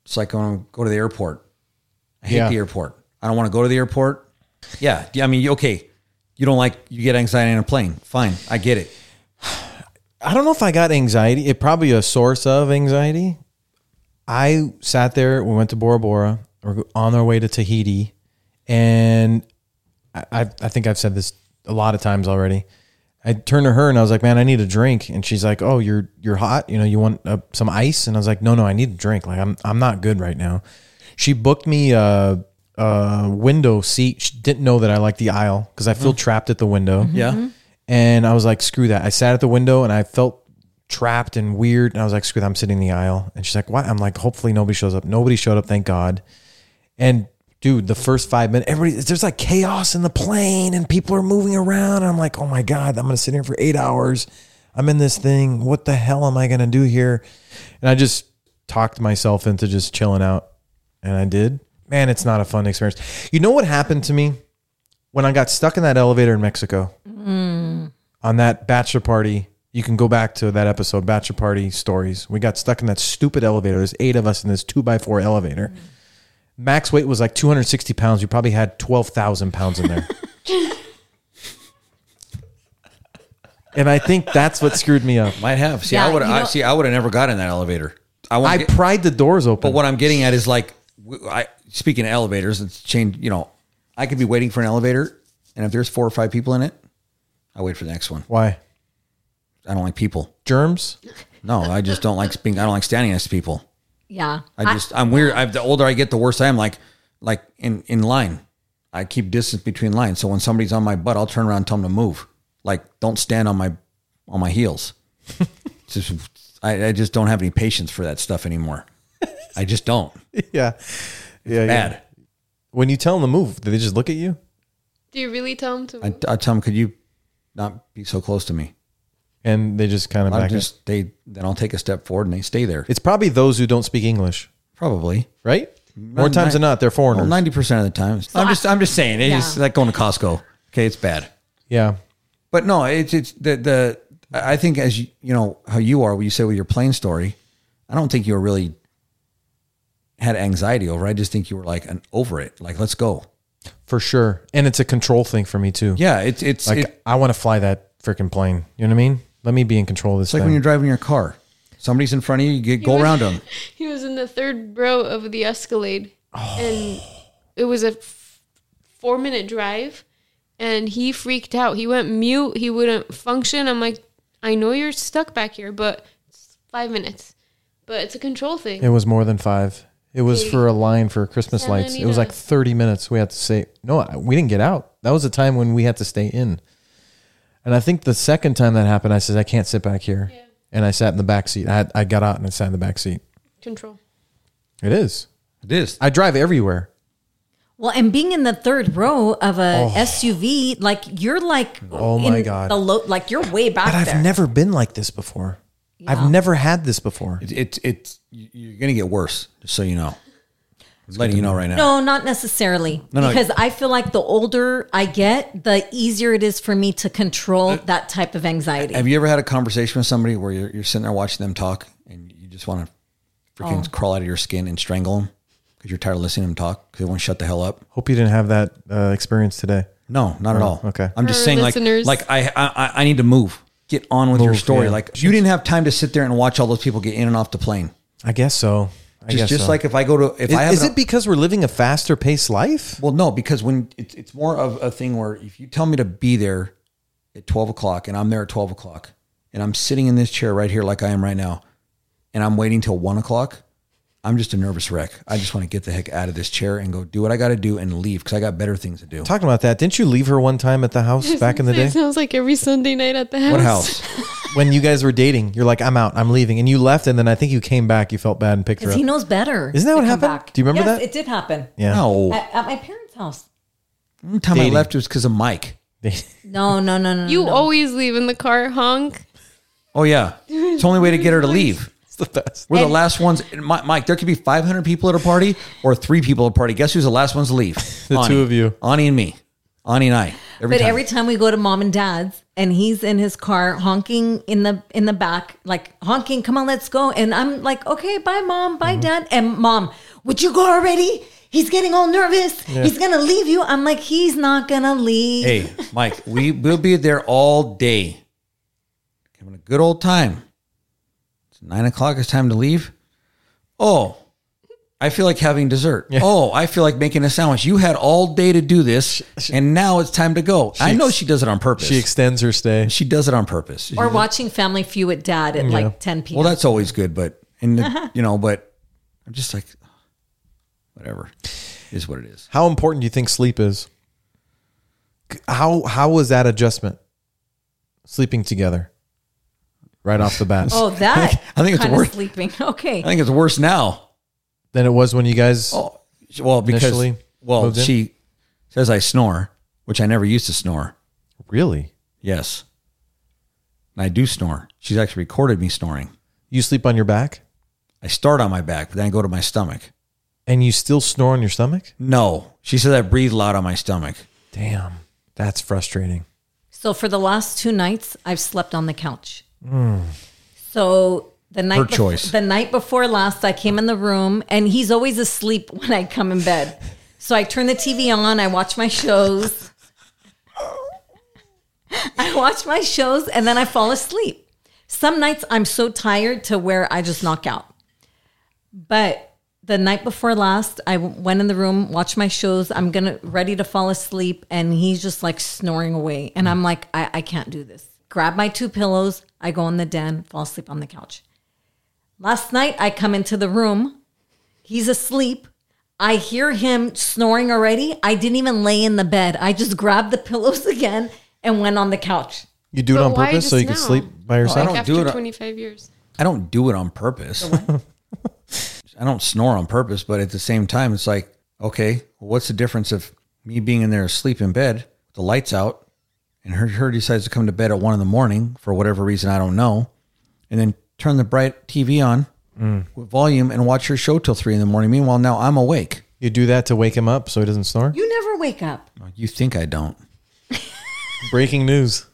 It's like when I go to the airport. I hate Yeah. the airport. I don't want to go to the airport. Yeah. I mean, okay. You don't like you get anxiety in a plane. Fine, I get it. I don't know if I got anxiety. It probably a source of anxiety. I sat there. We went to Bora Bora. We're on our way to Tahiti, and I, I I think I've said this a lot of times already. I turned to her and I was like, "Man, I need a drink." And she's like, "Oh, you're you're hot. You know, you want uh, some ice?" And I was like, "No, no, I need a drink. Like, I'm I'm not good right now." She booked me a, a window seat. She didn't know that I liked the aisle because I feel trapped at the window. Yeah. And I was like, screw that. I sat at the window and I felt trapped and weird. And I was like, screw that. I'm sitting in the aisle. And she's like, what? I'm like, hopefully nobody shows up. Nobody showed up. Thank God. And dude, the first five minutes, everybody, there's like chaos in the plane and people are moving around. And I'm like, oh my God, I'm going to sit here for eight hours. I'm in this thing. What the hell am I going to do here? And I just talked myself into just chilling out. And I did. Man, it's not a fun experience. You know what happened to me when I got stuck in that elevator in Mexico? on that bachelor party. You can go back to that episode, bachelor party stories. We got stuck in that stupid elevator. There's eight of us in this two by four elevator. Max weight was like 260 pounds. We probably had 12,000 pounds in there. and I think that's what screwed me up. Might have. See, I Yeah, would. you I know- see. I would have never got in that elevator. I I want. pried the doors open. But what I'm getting at is like, w- I speaking of elevators, it's changed. You know, I could be waiting for an elevator, and if there's four or five people in it, I wait for the next one. Why? I don't like people. Germs? No, I just don't like being. I don't like standing next to people. yeah I just. I, am weird. I've, the older I get, the worse I am. Like, like in in line, I keep distance between lines. So when somebody's on my butt, I'll turn around and tell them to move. Like, don't stand on my on my heels. It's just, I, I just don't have any patience for that stuff anymore. I just don't. yeah. Yeah, Bad. When you tell them to move, do they just look at you? Do you really tell him to? I, I tell them, could you not be so close to me? And they just kind of I'll back just they then I'll take a step forward and they stay there. up. It's probably those who don't speak English, Probably right? More times than not, they're foreigners. ninety percent of the time. I'm just I'm just saying it's Yeah. just like going to Costco. Okay, it's bad, yeah. but no, it's it's the the I I think as you, you know how you are when you say with your plane story, I don't think you were really had anxiety over. it. I just think you were like an over it, like let's go. For sure. And it's a control thing for me too. Yeah, it's it's Like it's I want to fly that freaking plane. You know what I mean? Let me be in control of this like thing. when you're driving your car, somebody's in front of you, you get, go around them. Oh. He was in the third row of the Escalade, and it was a f- four minute drive, and he freaked out. He went mute. He wouldn't function. I'm like, I know you're stuck back here, but it's five minutes. But it's a control thing. It was more than five. It was for a line for Christmas Seven lights. It was like minutes. 30 minutes. We had to say, no, I- we didn't get out. That was the time when we had to stay in. And I think the second time that happened, I said, I can't sit back here. And I sat in the back seat. I, had, I got out and I sat in the back seat. Control. It is. It is. I drive everywhere. Well, and being in the third row of a SUV, like you're like Oh my in God. the low, like you're way back But I've there. never been like this before. I've never had this before. It, it, it, you're going to get worse, just so you know. I'm letting you know right now. No, not necessarily. no. because I feel like the older I get, the easier it is for me to Uh, control that type of anxiety. Have you ever had a conversation with somebody where you're, you're sitting there watching them talk and you just want to freaking crawl out of your skin and strangle them because you're tired of listening to them talk because they won't shut the hell up? Hope you didn't have that uh, experience today. No, not at all. Oh, okay. I'm just Our saying, like, listeners- like I, I, I- I need to move. Get on with your Move, story. yeah. Like, you didn't have time to sit there and watch all those people get in and off the plane. I guess so. I Just, guess just so. like if I go to, if I have Is, is an- it because we're living a faster paced life? Well, no, because when it's it's more of a thing where if you tell me to be there at twelve o'clock and I'm there at twelve o'clock and I'm sitting in this chair right here like I am right now, and I'm waiting till one o'clock, I'm just a nervous wreck. I just want to get the heck out of this chair and go do what I got to do and leave because I got better things to do. Talking about that, didn't you leave her one time at the house back in the It day? sounds like every Sunday night at the house. What house? when you guys were dating, you're like, I'm out, I'm leaving. And you left, and then I think you came back, you felt bad and picked her Because up. he knows better. Isn't that to what come happened? Do you remember Yes, that? It did happen. yeah. Uh, No, At, at my parents' house. the time Dating. I left was because of Mike. No, no, no, no. You no. always leave in the car honk. Oh yeah, it's the only way to get her to leave. it's the best. We're the And- last ones. and Mi- Mike, there could be 500 people at a party or three people at a party. Guess who's the last ones to leave? The two of you. Ani and me. Ani and I. Every but time. every time we go to mom and dad's and he's in his car honking in the in the back like honking come on let's go and i'm like okay bye mom bye Mm-hmm. dad and mom would you go already he's getting all nervous he's gonna leave you i'm like he's not gonna leave Hey, Mike, we will be there all day. Having a good old time. It's nine o'clock. It's time to leave. Oh, I feel like having dessert. Oh, I feel like making a sandwich. You had all day to do this, and now it's time to go. I know ex- she does it on purpose. She She, extends her stay. does it on purpose. or watching family feud with dad at like 10 p.m well, that's always good, but and the, you know, but I'm just like, whatever, is what it is. How important do you think sleep is? How how was that adjustment? Sleeping together, right off the bat, oh that I think it's kinda worth- sleeping okay I think it's worse now. than it was when you guys. Oh, well, because Initially well, moved in? she says I snore, which I never used to snore. Really, Yes, and I do snore. She's actually recorded me snoring. you sleep on your back I start on my back, but then I go to my stomach. and you still snore on your stomach. No, she says I breathe loud on my stomach. Damn, that's frustrating. so for the last two nights i've slept on the couch so the night Hmm. Her bef- choice. the night before last I came in the room and he's always asleep when I come in bed. So I turn the TV on, I watch my shows. I watch my shows and then I fall asleep. Some nights I'm so tired to where I just knock out. But the night before last, I w- went in the room, watched my shows. I'm gonna ready to fall asleep, and he's just like snoring away, and I'm like, I, I can't do this. Grab my two pillows. I go in the den, fall asleep on the couch. Last night, I come into the room. He's asleep. I hear him snoring already. I didn't even lay in the bed. I just grabbed the pillows again and went on the couch. You do it But on why purpose so just you can now? sleep by yourself. don't after do it- 25 years. I don't do it on purpose. I don't snore on purpose, but at the same time, it's like, okay, what's the difference of me being in there asleep in bed, the lights out, and her, her decides to come to bed at one in the morning for whatever reason I don't know, and then turn the bright TV on with volume and watch her show till three in the morning. Meanwhile, now I'm awake. You do that to wake him up so he doesn't snore. You never wake up. You think I don't? Breaking news.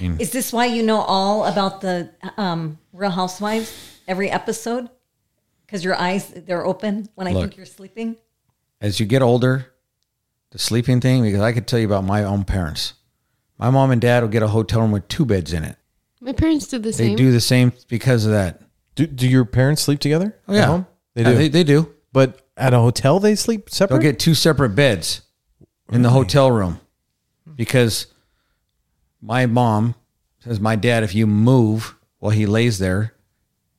Is this why you know all about the um, Real Housewives every episode? Because your eyes they're open when I Look. think you're sleeping. as you get older, the sleeping thing, because I could tell you about my own parents. My mom and dad will get a hotel room with two beds in it. My parents did the They same. do the same because of that. Do, do your parents sleep together? Oh at yeah, home? They Yeah, do. they, they do. but at a hotel they sleep separate? They'll get two separate beds in the hotel room because my mom says my dad, if you move while he lays there,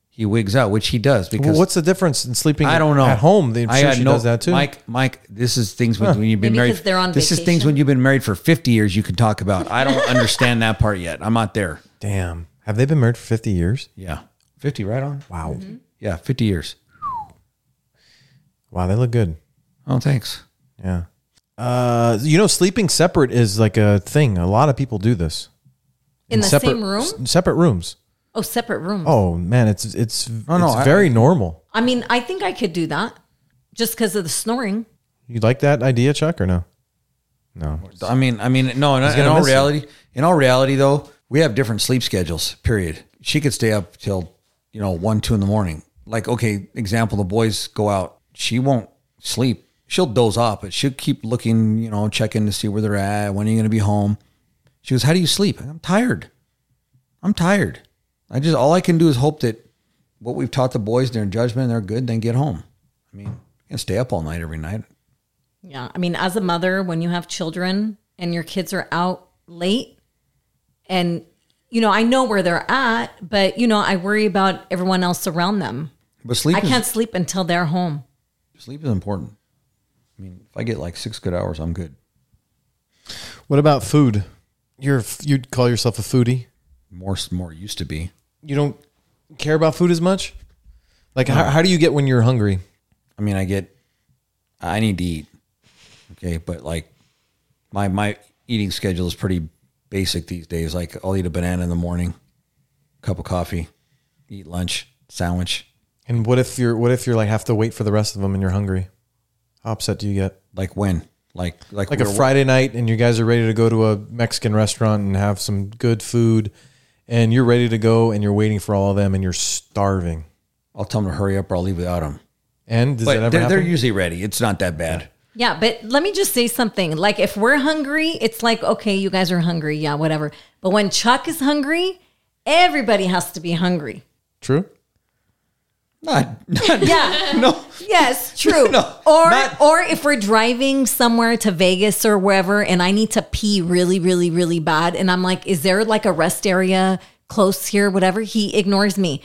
he wigs out, which he does Well, because what's the difference in sleeping? I don't know at home. They, I'm I sure had she no- does that too. Mike, Mike, this is things when, when you've been Maybe married. 'cause they're on this is things vacation. when you've been married for 50 years. You can talk about. I don't understand that part yet. I'm not there. Damn, have they been married for fifty years? Yeah, 50, right on. Wow, Mm-hmm. Yeah, 50 years. wow, they look good. Oh, thanks. Yeah. Uh, you know, sleeping separate is like a thing. A lot of people do this in the separate, same room. s- separate rooms. Oh, separate rooms. Oh man, it's it's Oh, no, it's I- very normal. I mean, I think I could do that just because of the snoring. You like that idea, Chuck, or no? No. I mean, I mean, no. In, in gonna all miss it. reality, in all reality, though, we have different sleep schedules. Period. She could stay up till you know one, two in the morning. Like, okay, example: the boys go out. She won't sleep. She'll doze off, but she'll keep looking. You know, checking to see where they're at. When are you going to be home? She goes, "How do you sleep?" I'm tired. I'm tired. I just all I can do is hope that what we've taught the boys, they're in judgment, they're good, then get home. I mean, you can stay up all night every night. Yeah. I mean, as a mother, when you have children and your kids are out late and, you know, I know where they're at, but, you know, I worry about everyone else around them. But sleep, I Mm-hmm. is- can't sleep until they're home. Sleep is important. I mean, if I get like six good hours, I'm good. What about food? You're f- you'd call yourself a foodie. More, more used to be. You don't care about food as much. Like, how, how do you get when you're hungry? I mean, I get, I need to eat. Okay, but like, my my eating schedule is pretty basic these days. Like, I'll eat a banana in the morning, cup of coffee, eat lunch, sandwich. And what if you're what if you're like have to wait for the rest of them and you're hungry? How upset do you get? Like when? Like like Like a we're- Friday night and you guys are ready to go to a Mexican restaurant and have some good food, and you're ready to go and you're waiting for all of them and you're starving. I'll tell them to hurry up or I'll leave without them. And does that But ever they're, happen? they're usually ready. It's not that bad. Yeah, but let me just say something. Like, if we're hungry, it's like, okay, you guys are hungry. Yeah, whatever. But when Chuck is hungry, everybody has to be hungry. True. Not, not Yeah. no. Yes, true. No, or not- or if we're driving somewhere to Vegas or wherever and I need to pee really really really bad and I'm like is there like a rest area close here whatever he ignores me.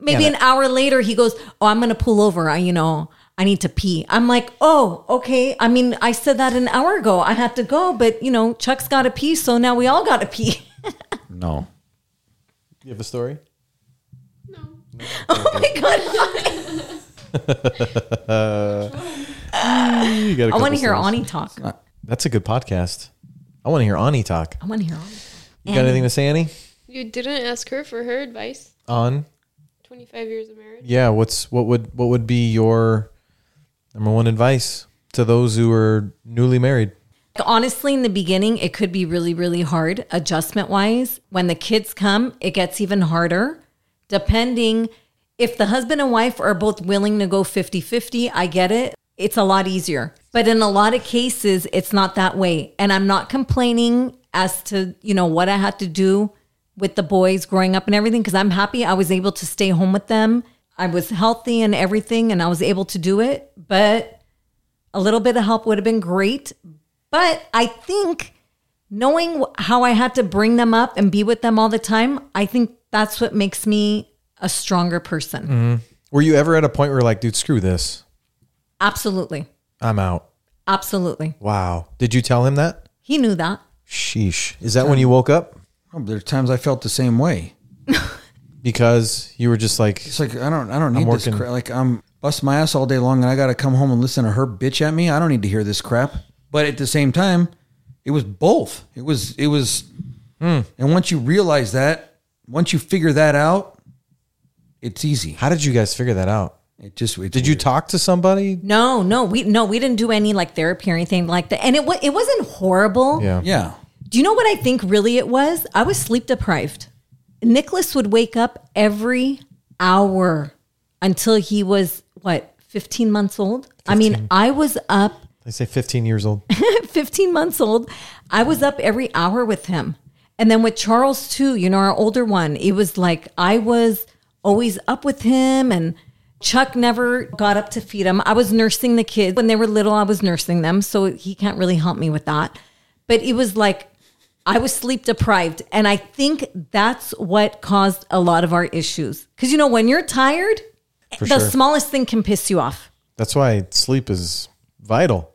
Maybe an hour later he goes, "Oh, I'm going to pull over. I you know, I need to pee." I'm like, "Oh, okay. I mean, I said that an hour ago. I had to go, but you know, Chuck's got to pee, so now we all got to pee." No. You have a story? oh my god. You got a I want couple to hear stories. Ani talk. That's a good podcast. I want to hear Ani talk. I want to hear Ani. You got anything to say, Annie? You didn't ask her for her advice. On 25 years of marriage. yeah, what's what would what would be your number one advice to those who are newly married? Honestly, in the beginning, it could be really, really hard adjustment wise. When the kids come, it gets even harder, depending if the husband and wife are both willing to go 50 50. I get it. It's a lot easier. But in a lot of cases, it's not that way. And I'm not complaining as to, you know, what I had to do with the boys growing up and everything because I'm happy I was able to stay home with them. I was healthy and everything and I was able to do it. But a little bit of help would have been great. But I think knowing wh- how I had to bring them up and be with them all the time, I think that's what makes me a stronger person. Were you ever at a point where like, dude, screw this, Absolutely. I'm out? Absolutely. Wow. Did you tell him that? He knew that. Sheesh. Is that when you woke up? Oh, There's times I felt the same way. Because you were just like, It's like I don't I don't need this working. crap. Like I'm bust my ass all day long and I got to come home and listen to her bitch at me. I don't need to hear this crap. But at the same time, it was both. It was it was Hmm. and once you realize that, once you figure that out, it's easy. how did you guys figure that out? It just it's Did you weird. talk to somebody? No, no, we no, we didn't do any like therapy or anything like that. And it wa- it wasn't horrible. Yeah. Yeah. Do you know what I think really it was? I was sleep deprived. Nicholas would wake up every hour until he was what, 15 months old? I mean, I was up They say 15 years old. 15 months old. I was up every hour with him. And then with Charles, too, you know, our older one, it was like I was always up with him and Chuck never got up to feed him. I was nursing the kids when they were little. I was nursing them, so he can't really help me with that. But it was like I was sleep deprived, and I think that's what caused a lot of our issues. Because you know, when you're tired, the sure. smallest thing can piss you off. That's why sleep is vital.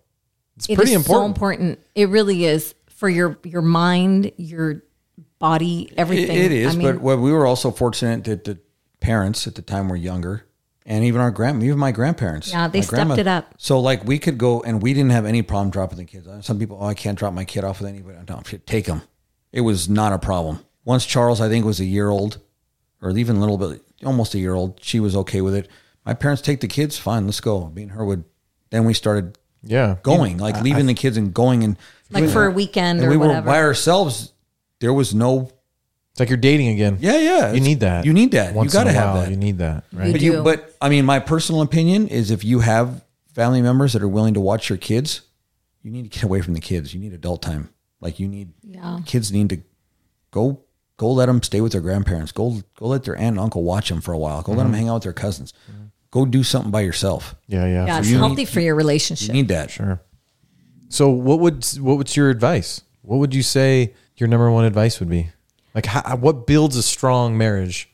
It's It is pretty so important. important. It really is for your your mind, your body, It- everything. it is, I mean, but what we were also fortunate that the parents at the time were younger, and even our grand, even my grandparents. Yeah, they my stepped it up. So like we could go, and we didn't have any problem dropping the kids. Some people, oh, I can't drop my kid off with anybody. No, shit, take them. It was not a problem. Once Charles, I think, was a year old, or even a little bit, almost a year old, she was okay with it. My parents take the kids, fine, let's go. Me and her would. Then we started yeah. going, like leaving the kids and going and like for a weekend and or we were whatever. by ourselves. There was no It's like you're dating again. yeah, yeah. You need that. You need that. Once you got to in a have while, that. You need that, right? but You you, do. but I mean, my personal opinion is if you have family members that are willing to watch your kids, you need to get away from the kids. You need adult time. Like you need. Yeah. Kids need to go go let them stay with their grandparents. Go go let their aunt and uncle watch them for a while. Go let Mm-hmm. them hang out with their cousins. Go do something by yourself. Yeah, yeah. yeah, for it's sure. healthy for your You relationship. need that. Sure. So what would what would your advice? What would you say your number one advice would be? Like how, what builds a strong marriage?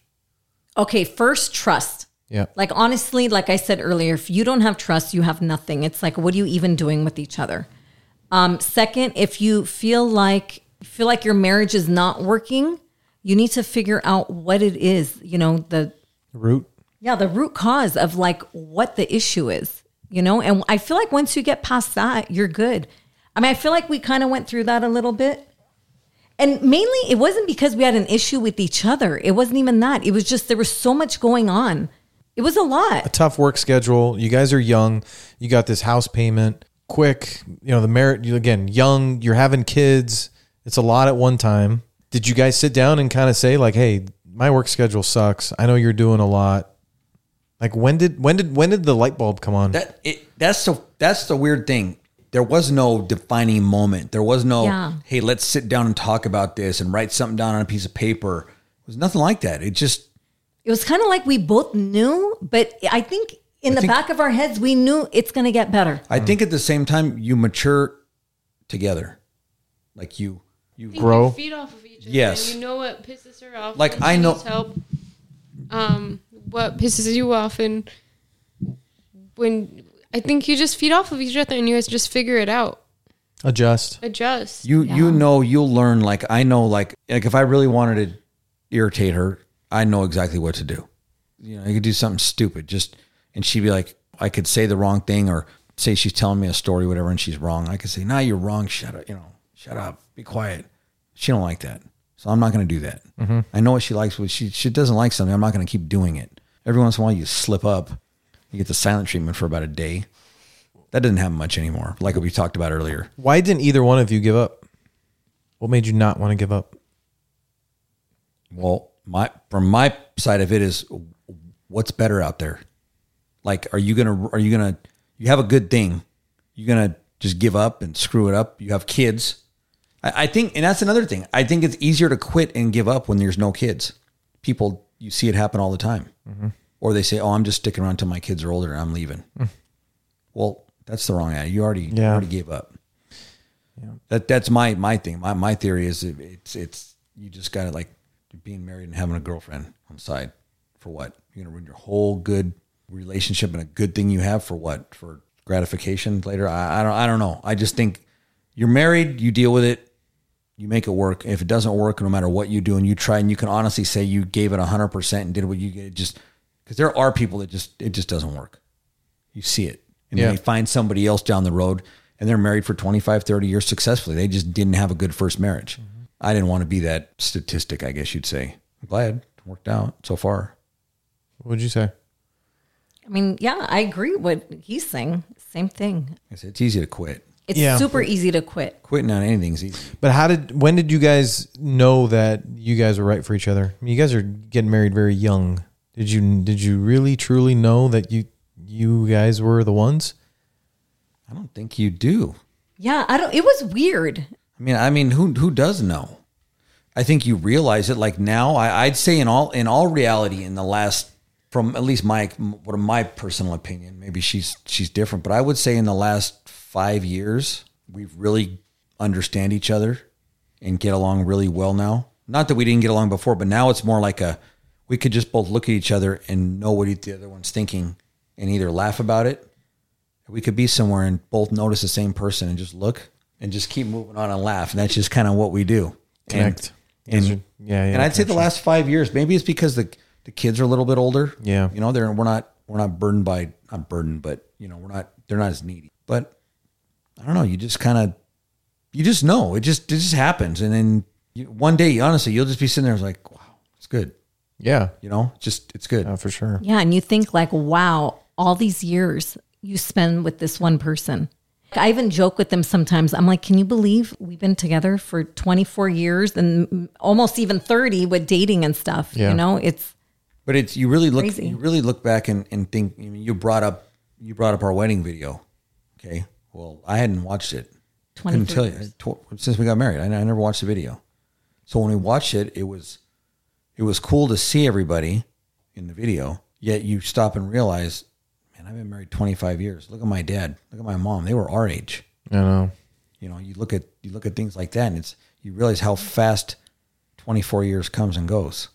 Okay, first trust. Yeah. Like honestly, like I said earlier, if you don't have trust, you have nothing. It's like what are you even doing with each other? Um, second, if you feel like feel like your marriage is not working, you need to figure out what it is. You know the Root. Yeah, the root cause of like what the issue is, you know? And I feel like once you get past that, you're good. I mean, I feel like we kind of went through that a little bit. And mainly it wasn't because we had an issue with each other. It wasn't even that. It was just there was so much going on. It was a lot. Tough work schedule. You guys are young. You got this house payment. Quick, you know, the merit you again, young, you're having kids. It's a lot at one time. Did you guys sit down and kind of say like, "Hey, my work schedule sucks. I know you're doing a lot." Like when did when did when did the light bulb come on? That it, that's the that's the weird thing. There was no defining moment. There was no Yeah. hey, let's sit down and talk about this and write something down on a piece of paper. It was nothing like that. It just It was kind of like we both knew, but I think in the think- back of our heads, we knew it's going to get better. I think at the same time you mature together. Like you you think Grow. You feed off of each other. Yes. And you know what pisses her off. Like, and I she know- needs help. Um, what pisses you off, and when I think you just feed off of each other, and you guys just figure it out, Adjust. adjust. you you know you'll learn like I know like like if I really wanted to irritate her, I know exactly what to do. You know, I could do something stupid just and she'd be like I could say the wrong thing or say she's telling me a story whatever and she's wrong. I could say, "Nah, you're wrong. Shut up, you know. Shut up. Be quiet." She don't like that. So I'm not going to do that. I know what she likes, but she she doesn't like something. I'm not going to keep doing it. Every once in a while you slip up. You get the silent treatment for about a day. That doesn't happen much anymore, like we talked about earlier. Why didn't either one of you give up? What made you not want to give up? Well, my from my side of it is what's better out there. Like, are you gonna are you gonna you have a good thing? You gonna just give up and screw it up? You have kids. I, I think, and that's another thing. I think it's easier to quit and give up when there's no kids. People, you see it happen all the time, or they say, "Oh, I'm just sticking around till my kids are older and I'm leaving." Well, that's the wrong idea. You already you Yeah. already gave up. That that's my my thing. My my theory is it- it's it's you just got to like being married and having a girlfriend on the side for what? You're gonna ruin your whole good relationship and a good thing you have for what? For gratification later? I, I don't I don't know. I just think you're married. You deal with it. You make it work. If it doesn't work, no matter what you do and you try, and you can honestly say you gave it hundred percent and did what you did, just because there are people that just it just doesn't work. You see it. And Yeah. then they find somebody else down the road and they're married for 25, 30 years successfully. They just didn't have a good first marriage. I didn't want to be that statistic, I guess you'd say. I'm glad it worked out so far. What would you say? I mean, yeah, I agree what he's saying. Same thing. It's, it's easy to quit. It's Yeah. super easy to quit. Quitting on anything's easy. But how did when did you guys know that you guys were right for each other? I mean, you guys are getting married very young. Did you did you really truly know that you you guys were the ones? I don't think you do. Yeah, I don't, it was weird. I mean, I mean, who who does know? I think you realize it. Like now, I, I'd say in all in all reality, in the last from at least my what in my personal opinion, maybe she's she's different, but I would say in the last five years we've really understand each other and get along really well now. Not that we didn't get along before, but now it's more like a we could just both look at each other and know what the other one's thinking and either laugh about it. We could be somewhere and both notice the same person and just look and just keep moving on and laugh. And that's just kind of what we do. Connect. And, Those are- and yeah, yeah, And I'd say the last five years, maybe it's because the the kids are a little bit older. Yeah. You know, they're we're not we're not burdened by not burdened, but you know, we're not they're not as needy. But I don't know, you just kind of you just know it just it just happens, and then you, one day, honestly, you'll just be sitting there it's like, wow, it's good. Yeah, You know, just it's good. uh, for sure. Yeah, and you think like, wow, all these years you spend with this one person. I even joke with them sometimes. I'm like, can you believe we've been together for 24 years and almost even 30 with dating and stuff? Yeah. You know, it's But it's you really look Crazy. you really look back and, and think I mean, you brought up you brought up our wedding video. Okay. Well, I hadn't watched it. Couldn't 23 tell you I- tw- since we got married. I, I never watched the video. So when we watched it, it was it was cool to see everybody in the video. Yet you stop and realize, man, I've been married 25 years. Look at my dad. Look at my mom. They were our age. I know. You know, you look at you look at things like that, and it's you realize how fast 24 years comes and goes.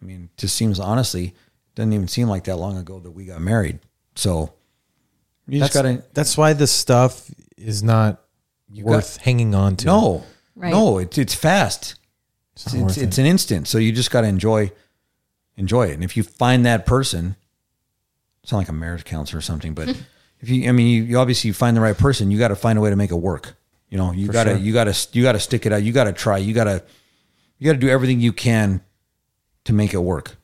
I mean, it just seems honestly doesn't even seem like that long ago that we got married. So you That's, just gotta that's why this stuff is not worth hanging on to. no, Right. no, it's it's fast. It's not it's, worth it's an instant, so you just got to enjoy enjoy it. And if you find that person, it's not like a marriage counselor or something, but if you, I mean, you, you obviously you find the right person, you got to find a way to make it work. You know, you got to sure. you got to you got to stick it out. You got to try. You got to you got to do everything you can to make it work.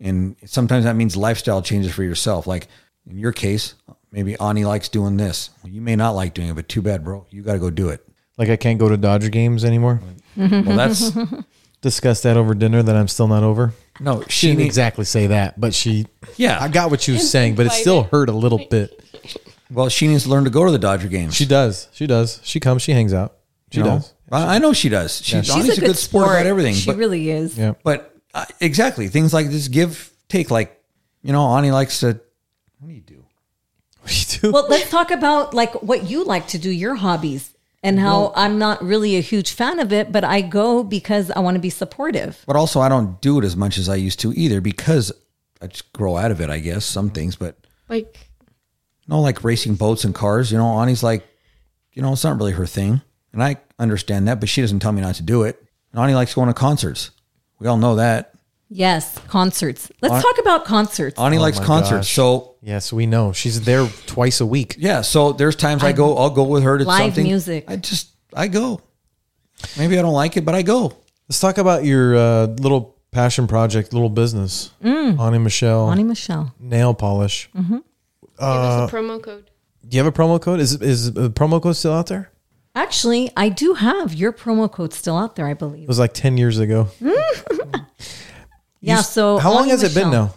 And sometimes that means lifestyle changes for yourself. Like in your case, maybe Ani likes doing this. You may not like doing it, but too bad, bro. You got to go do it. Like I can't go to Dodger games anymore. Well, that's Discussed that over dinner that I'm still not over. no. She She didn't needs. exactly say that, but she. Yeah. I got what she was saying, but it still hurt a little bit. Well, she needs to learn to go to the Dodger games. She does. She does. She comes. She hangs out. She you know? does. I, I know she does. She, she's Donnie's a good, sport, sport about everything. She but really is. Yeah. but uh, exactly things like this give take. Like you know, Ani likes to. What do you do? What do you do? Well, let's talk about like what you like to do, your hobbies, and how I'm not really a huge fan of it, but I go because I want to be supportive. But also, I don't do it as much as I used to either because I just grow out of it. I guess Mm-hmm. some things, but Like, you know, like racing boats and cars. You know, Ani's like, you know, it's not really her thing, and I understand that. But she doesn't tell me not to do it. And Ani likes going to concerts. We all know that. Yes, concerts. Let's talk about concerts. Ani likes Oh my concerts, gosh. so yes, we know. She's there twice a week. Yeah, so there's times I go, I'll go with her to Live something. music. I just, I go. Maybe I don't like it, but I go. Let's talk about your uh, little passion project, little business. Mm. Ani Michelle Bonnie Michelle. nail polish. Mm-hmm. give us a promo code. Do you have a promo code? Is is the promo code still out there? Actually, I do have your promo code still out there, I It believe. was like ten years ago. Yeah. So How long Bonnie has it been Michelle. now?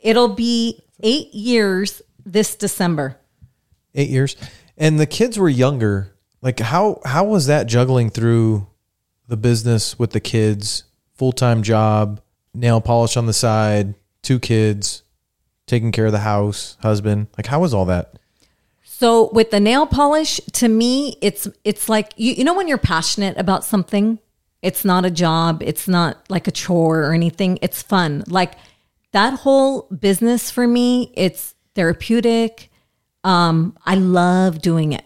It'll be eight years this December. Eight years. And the kids were younger. Like how how was that juggling through the business with the kids, full time job, nail polish on the side, two kids, taking care of the house, husband? Like how was all that? So with the nail polish, to me, it's it's like you, you know when you're passionate about something, it's not a job, it's not like a chore or anything. It's fun. Like that whole business for me, it's therapeutic. Um, I love doing it.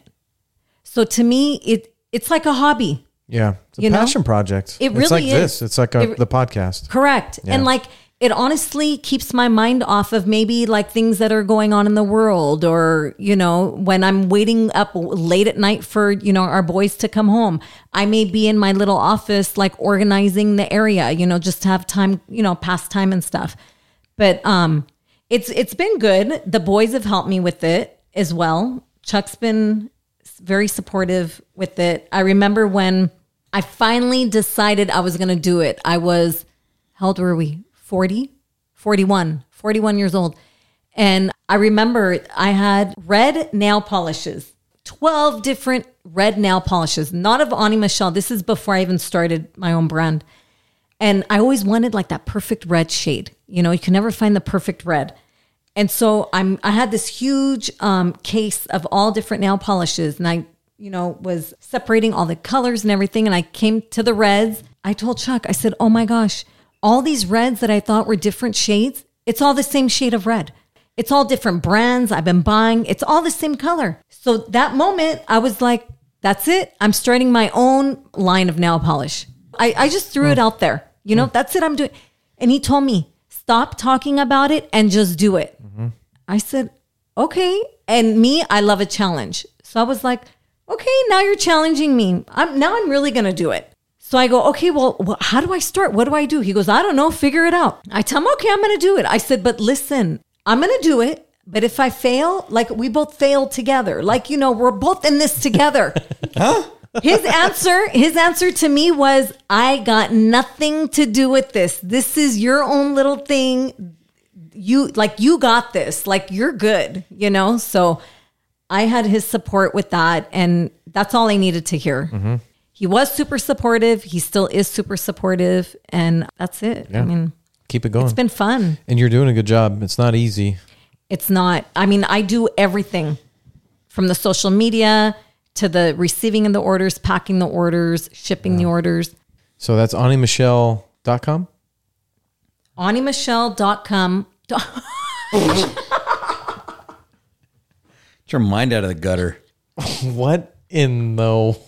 So to me, it it's like a hobby. Yeah. It's a You know? passion project. It it's really like is. this. It's like a, the podcast. Correct. And like it honestly keeps my mind off of maybe like things that are going on in the world or, you know, when I'm waiting up late at night for, you know, our boys to come home. I may be in my little office like organizing the area, you know, just to have time, you know, pass time and stuff. But um it's it's been good. The boys have helped me with it as well. Chuck's been very supportive with it. I remember when I finally decided I was going to do it. I was, how old were we? 40, 41, 41 years old. And I remember I had red nail polishes, 12 different red nail polishes, not of Ani Michelle. This is before I even started my own brand. And I always wanted like that perfect red shade. You know, you can never find the perfect red. And so I'm I had this huge um, case of all different nail polishes, and I you know was separating all the colors and everything. And I came to the reds. I told Chuck, I said, "Oh my gosh, all these reds that I thought were different shades, it's all the same shade of red." It's all different brands I've been buying. It's all the same color. So that moment, I was like, that's it. I'm starting my own line of nail polish. I, I just threw it out there. You know, that's it. I'm doing. And he told me, stop talking about it and just do it. I said, okay. And me, I love a challenge. So I was like, okay, now you're challenging me. I'm now I'm really gonna do it. So I go, okay, well, wh- how do I start? What do I do? He goes, I don't know. Figure it out. I tell him, okay, I'm gonna do it. I said, but listen, I'm gonna do it. But if I fail, like we both failed together, like you know, we're both in this together. his answer his answer to me was i got nothing to do with this this is your own little thing you like you got this like you're good you know so i had his support with that and that's all i needed to hear he was super supportive he still is super supportive and that's it i mean Keep it going. it's been fun and you're doing a good job. It's not easy. it's not i mean i do everything from the social media to the receiving of the orders packing the orders shipping the orders So that's AnnieMichelle.com. AnnieMichelle.com. Get your mind out of the gutter. What in the?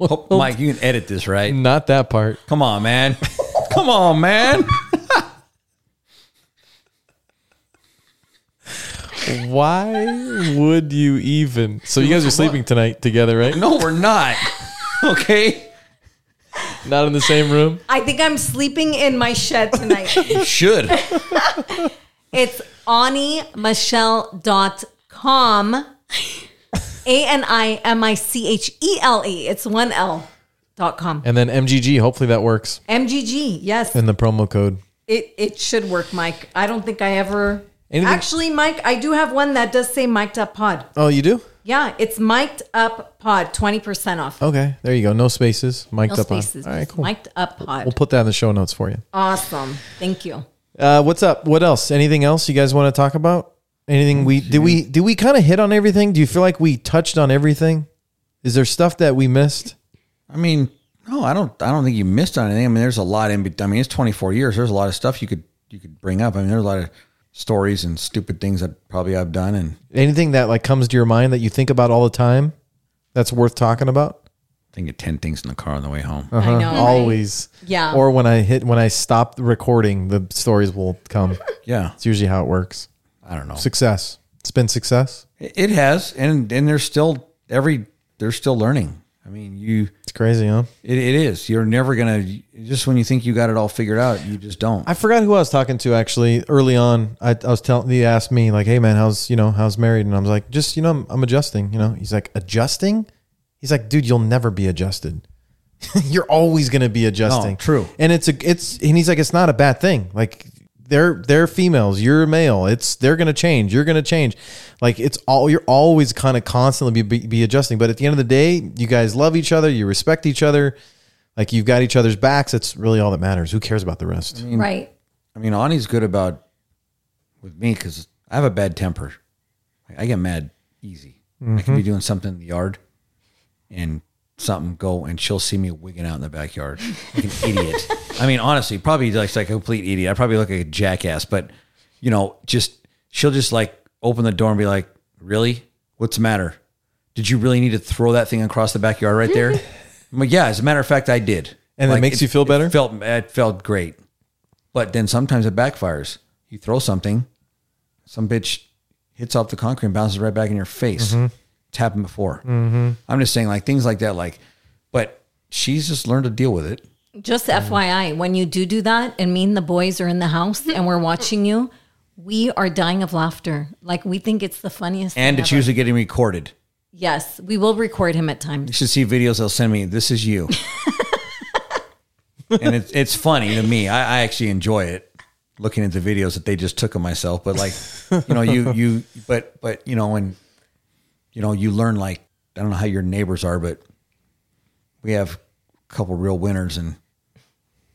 Oh, Mike, you can edit this, right? Not that part. Come on, man. Come on, man. Why would you even? So you guys are sleeping tonight together, right? No, we're not. Okay. Not in the same room. I think I'm sleeping in my shed tonight. You should. it's AnnieMichelle.com. A N I M I C H E L E. It's one L dot com. And then MGG. Hopefully that works. MGG. Yes. And the promo code. It, it should work, Mike. I don't think I ever. Anything- Actually, Mike, I do have one that does say mic'd up pod. Oh, you do? Yeah, it's mic'd up pod, 20% off. Okay, there you go. No spaces. Oh, Mic'd no up on. spaces. All right, cool. Mic'd up pod. We'll put that in the show notes for you. Awesome. Thank you. Uh, what's up? What else? Anything else you guys want to talk about? Anything we did we did we kind of hit on everything? Do you feel like we touched on everything? Is there stuff that we missed? I mean, no, I don't. I don't think you missed on anything. I mean, there's a lot in. bet- I mean, it's 24 years. There's a lot of stuff you could you could bring up. I mean, there's a lot of stories and stupid things that probably I've done. And I Anything that like comes to your mind that you think about all the time? That's worth talking about. think of 10 things in the car on the way home. Uh-huh. I know. Always. Yeah. Or when I hit when I stop recording, the stories will come. Yeah, It's usually how it works. I don't know. Success. It's been success. It it has, and and there's still every they're still learning. I mean, you It's crazy, huh? it, it is. You're never gonna just when you think you got it all figured out, you just don't. I forgot who I was talking to actually early on. I, I was telling he asked me like, "Hey man, how's you know how's married?" And I was like, "Just you know, I'm, I'm adjusting." You know, he's like, "Adjusting?" He's like, "Dude, you'll never be adjusted. You're always gonna be adjusting." No, true. And it's a it's and he's like, "It's not a bad thing. Like they're they're females. You're a male. It's they're gonna change. You're gonna change. Like it's all you're always kind of constantly be, be be adjusting. But at the end of the day, you guys love each other. You respect each other." Like you've got each other's backs. That's really all that matters. Who cares about the rest? Right. I mean, Ani's good about with me because I have a bad temper. I- I get mad easy. I can be Mm-hmm. doing something in the yard and something go, and she'll see me wigging out in the backyard like an idiot. I mean, honestly, probably like, like a complete idiot. I probably look like a jackass, but you know, just she'll just like open the door and be like, "Really? What's the matter? Did you really need to throw that thing across the backyard right there?" I'm like, "Yeah, as a matter of fact, I did." And it Like, makes you feel better? It felt it felt great. But then sometimes it backfires. You throw something, some bitch hits off the concrete and bounces right back in your face. It's happened before. I'm just saying, like things like that, like, but she's just learned to deal with it. Just FYI, when you do do that, and me and the boys are in the house and we're watching you, we are dying of laughter. Like we think it's the funniest. And thing it's ever. usually getting recorded. yes, we will record him at times. You should see videos they'll send me. This is you. and it's, it's funny to me. I, I actually enjoy it looking at the videos that they just took of myself. But like, you know, you, you, but, but, you know, and, you know, you learn like, I don't know how your neighbors are, but we have a couple real winners and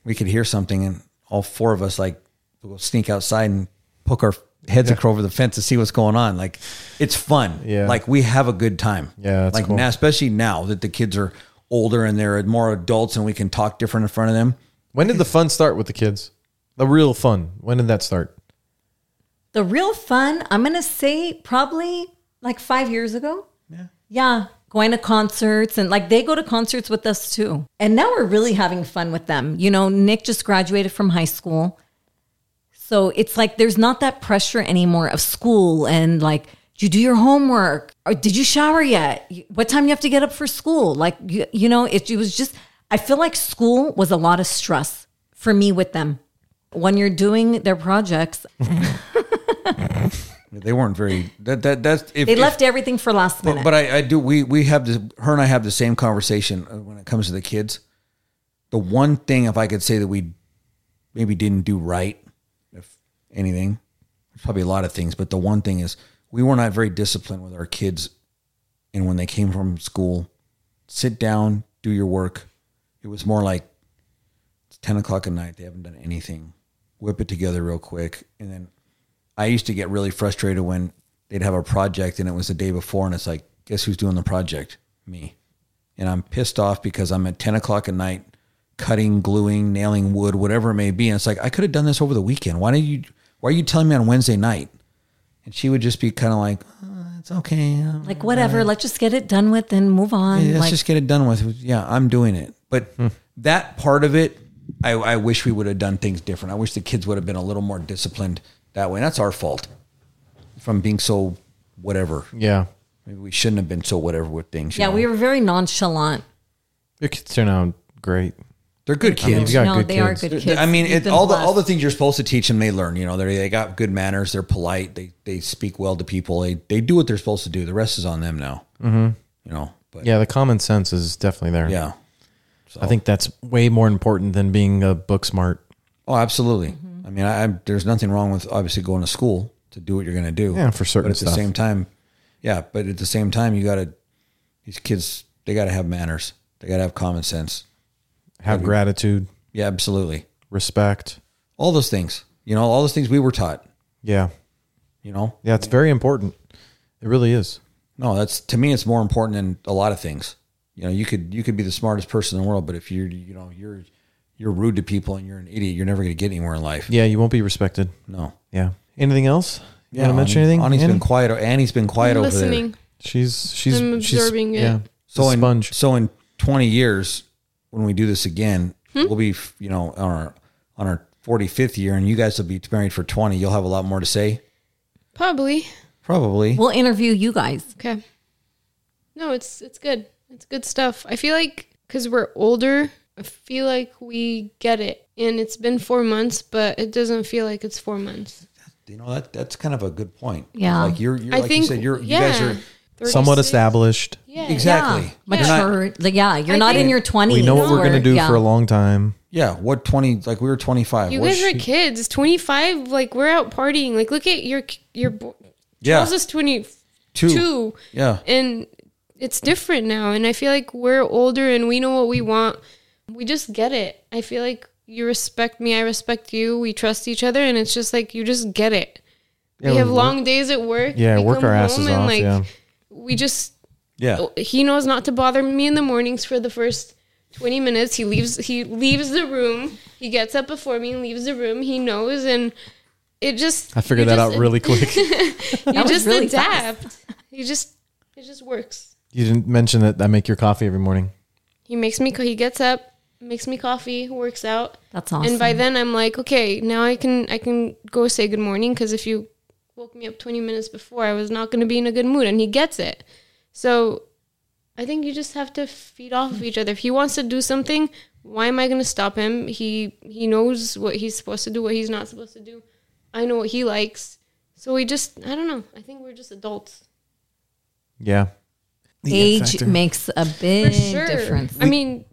we could hear something and all four of us like we'll sneak outside and poke our heads over the fence to see what's going on. Like it's fun. Yeah. Like we have a good time. Yeah, that's Like cool. now, especially now that the kids are older and they're more adults and we can talk different in front of them. When did the fun start with the kids? The real fun. When did that start? The real fun, I'm going to say probably like five years ago. Yeah. Yeah. Going to concerts and like they go to concerts with us too. And now we're really having fun with them. You know, Nick just graduated from high school. So it's like there's not that pressure anymore of school and like, did you do your homework? Or did you shower yet? You- What time you have to get up for school? Like, you, you know, it, it was just, I feel like school was a lot of stress for me with them. When you're doing their projects, They weren't very that that that's if They if- left everything for last minute. But, but I, I do. We we have this. Her and I have the same conversation uh, when it comes to the kids. The one thing, if I could say that we maybe didn't do right, if anything, there's probably a lot of things. But the one thing is we were not very disciplined with our kids, and when they came from school, sit down, do your work. It was more like it's ten o'clock at night. They haven't done anything. Whip it together real quick, and then I used to get really frustrated when they'd have a project and it was the day before, and it's like, guess who's doing the project? Me. And I'm pissed off because I'm at 10 o'clock at night cutting, gluing, nailing wood, whatever it may be. And it's like, I could have done this over the weekend. Why did you, why are you telling me on Wednesday night? And she would just be kind of like, "Uh, it's okay. um, like whatever, let's just get it done with and move on. yeah, let's like just get it done with. Yeah, I'm doing it. But that part of it, I, I wish we would have done things different. I wish the kids would have been a little more disciplined that way. And that's our fault from being so whatever. Yeah. Maybe we shouldn't have been so whatever with things. you yeah, know? we were very nonchalant. Your kids turn out great. they're good kids. you got no, good they kids. are good They're- kids. I mean, We've it, been all the blessed. all the things you're supposed to teach them, they learn. You know, they they got good manners. They're polite. They they speak well to people. They they do what they're supposed to do. The rest is on them now. Mm-hmm. You know, but yeah, Yeah, the common sense is definitely there. yeah. I think that's way more important than being a book smart. Oh, absolutely. I mean, I, I, there's nothing wrong with obviously going to school to do what you're going to do. Yeah, for certain But at stuff. the same time, yeah. But at the same time, you got to these kids. They got to have manners. They got to have common sense. Have gratitude, Yeah, absolutely. respect. All those things. You know, all those things we were taught. Yeah. You know. Yeah, it's very important. It really is. No, that's to me. It's more important than a lot of things. You know, you could you could be the smartest person in the world, but if you're you know you're you're rude to people and you're an idiot, you're never going to get anywhere in life. Yeah, you won't be respected. No. Yeah. Anything else? You want to mention Ani- anything? Ani's Annie? been quiet. Annie's been quiet I'm over there. listening. She's she's I'm she's- absorbing it. Yeah. So in, sponge. So in 20 years, when we do this again, Hmm? we'll be you know on our on our 45th year, and you guys will be married for 20. You'll have a lot more to say, Probably. probably. We'll interview you guys. Okay. No, it's it's good. It's good stuff. I feel like because we're older, I feel like we get it. And it's been four months, but it doesn't feel like it's four months. you know that that's kind of a good point. Yeah. like you're, you're I like think you said, you're you yeah, guys are Somewhat 36. established. Yeah. exactly Yeah, You're not- mature. Like, yeah, you're I not in think- your 20s. We know what we're or- gonna do yeah. for a long time. Yeah, what twenty? Like we were twenty five. You guys are kids. Twenty five. Like we're out partying. Like look at your your. bo- Yeah. Charles is twenty Two. two. Yeah, and it's different now and i feel like we're older and we know what we want we just get it i feel like you respect me i respect you we trust each other and it's just like you just get it we have long days at work Yeah, we work come our home asses and, off. like, yeah. we just yeah. he knows not to bother me in the mornings for the first 20 minutes he leaves he leaves the room he gets up before me and leaves the room he knows and it just I figured that you just- out really quick. you was just really adapt you just it just works you didn't mention that I make your coffee every morning. He makes me. co- He gets up, makes me coffee, works out, That's awesome. and by then I'm like, okay, now I can I can go say good morning because if you woke me up 20 minutes before, I was not going to be in a good mood, and he gets it. So I think you just have to feed off of each other. If he wants to do something, why am I going to stop him? He he knows what he's supposed to do, what he's not supposed to do. I know what he likes. So we just I don't know. I think we're just adults. Yeah. Age makes a big sure. difference. I mean,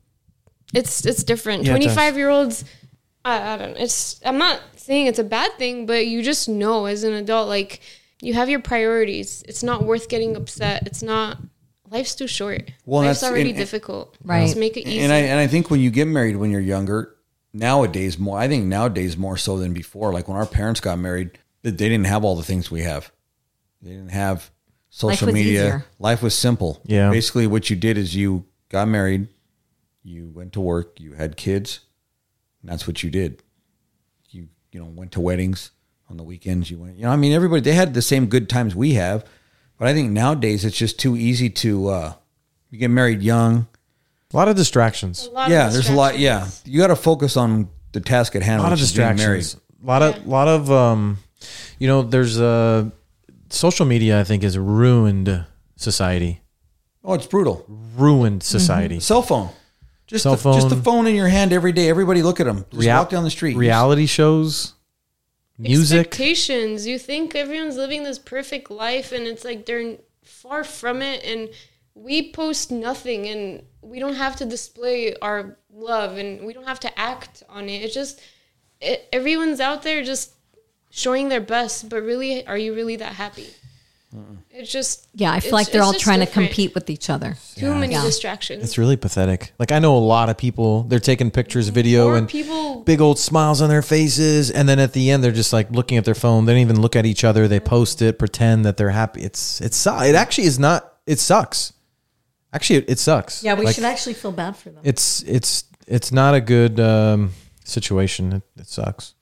it's it's different. Yeah, it Twenty does. five year olds, I, I don't. know. It's I'm not saying it's a bad thing, but you just know as an adult, like you have your priorities. It's not worth getting upset. It's not. Life's too short. Well, life's that's- already and- difficult. Right. Just make it easy. And I and I think when you get married when you're younger, nowadays more I think nowadays more so than before. Like when our parents got married, that they didn't have all the things we have. They didn't have social was media. easier. Life was simple. Yeah. Basically what you did is you got married, you went to work, you had kids, and that's what you did. You you know, went to weddings on the weekends, you went you know, I mean everybody they had the same good times we have. But I think nowadays it's just too easy to uh you get married young. A lot of distractions. A lot of yeah, there's a lot. Yeah, distractions. you got to focus on the task at hand. A lot of which is being distractions. A lot of lot of um, you know, there's uh, social media. I think has ruined society. married. Oh, it's brutal. Ruined Mm-hmm. society. Cell phone. Just Cell the, just the phone. phone in your hand every day. Everybody look at them. Just Real- walk down the street. Reality shows, music. expectations. You think everyone's living this perfect life, and it's like they're far from it. And we post nothing, and we don't have to display our love, and we don't have to act on it. It's just it, everyone's out there just showing their best, but really, are you really that happy? It's just Yeah, I it's- feel like they're it's all just trying to different. compete with each other. Too many Yeah. distractions. It's really pathetic. Like I know a lot of people. They're taking pictures, video, Or and people big old smiles on their faces, and then at the end they're just like looking at their phone. They don't even look at each other. Mm-hmm. They post it, pretend that they're happy. It's it's su- it actually is not. It sucks. Actually, it, it sucks. Yeah, we Like, should actually feel bad for them. It's it's it's not a good um, situation. It, it sucks.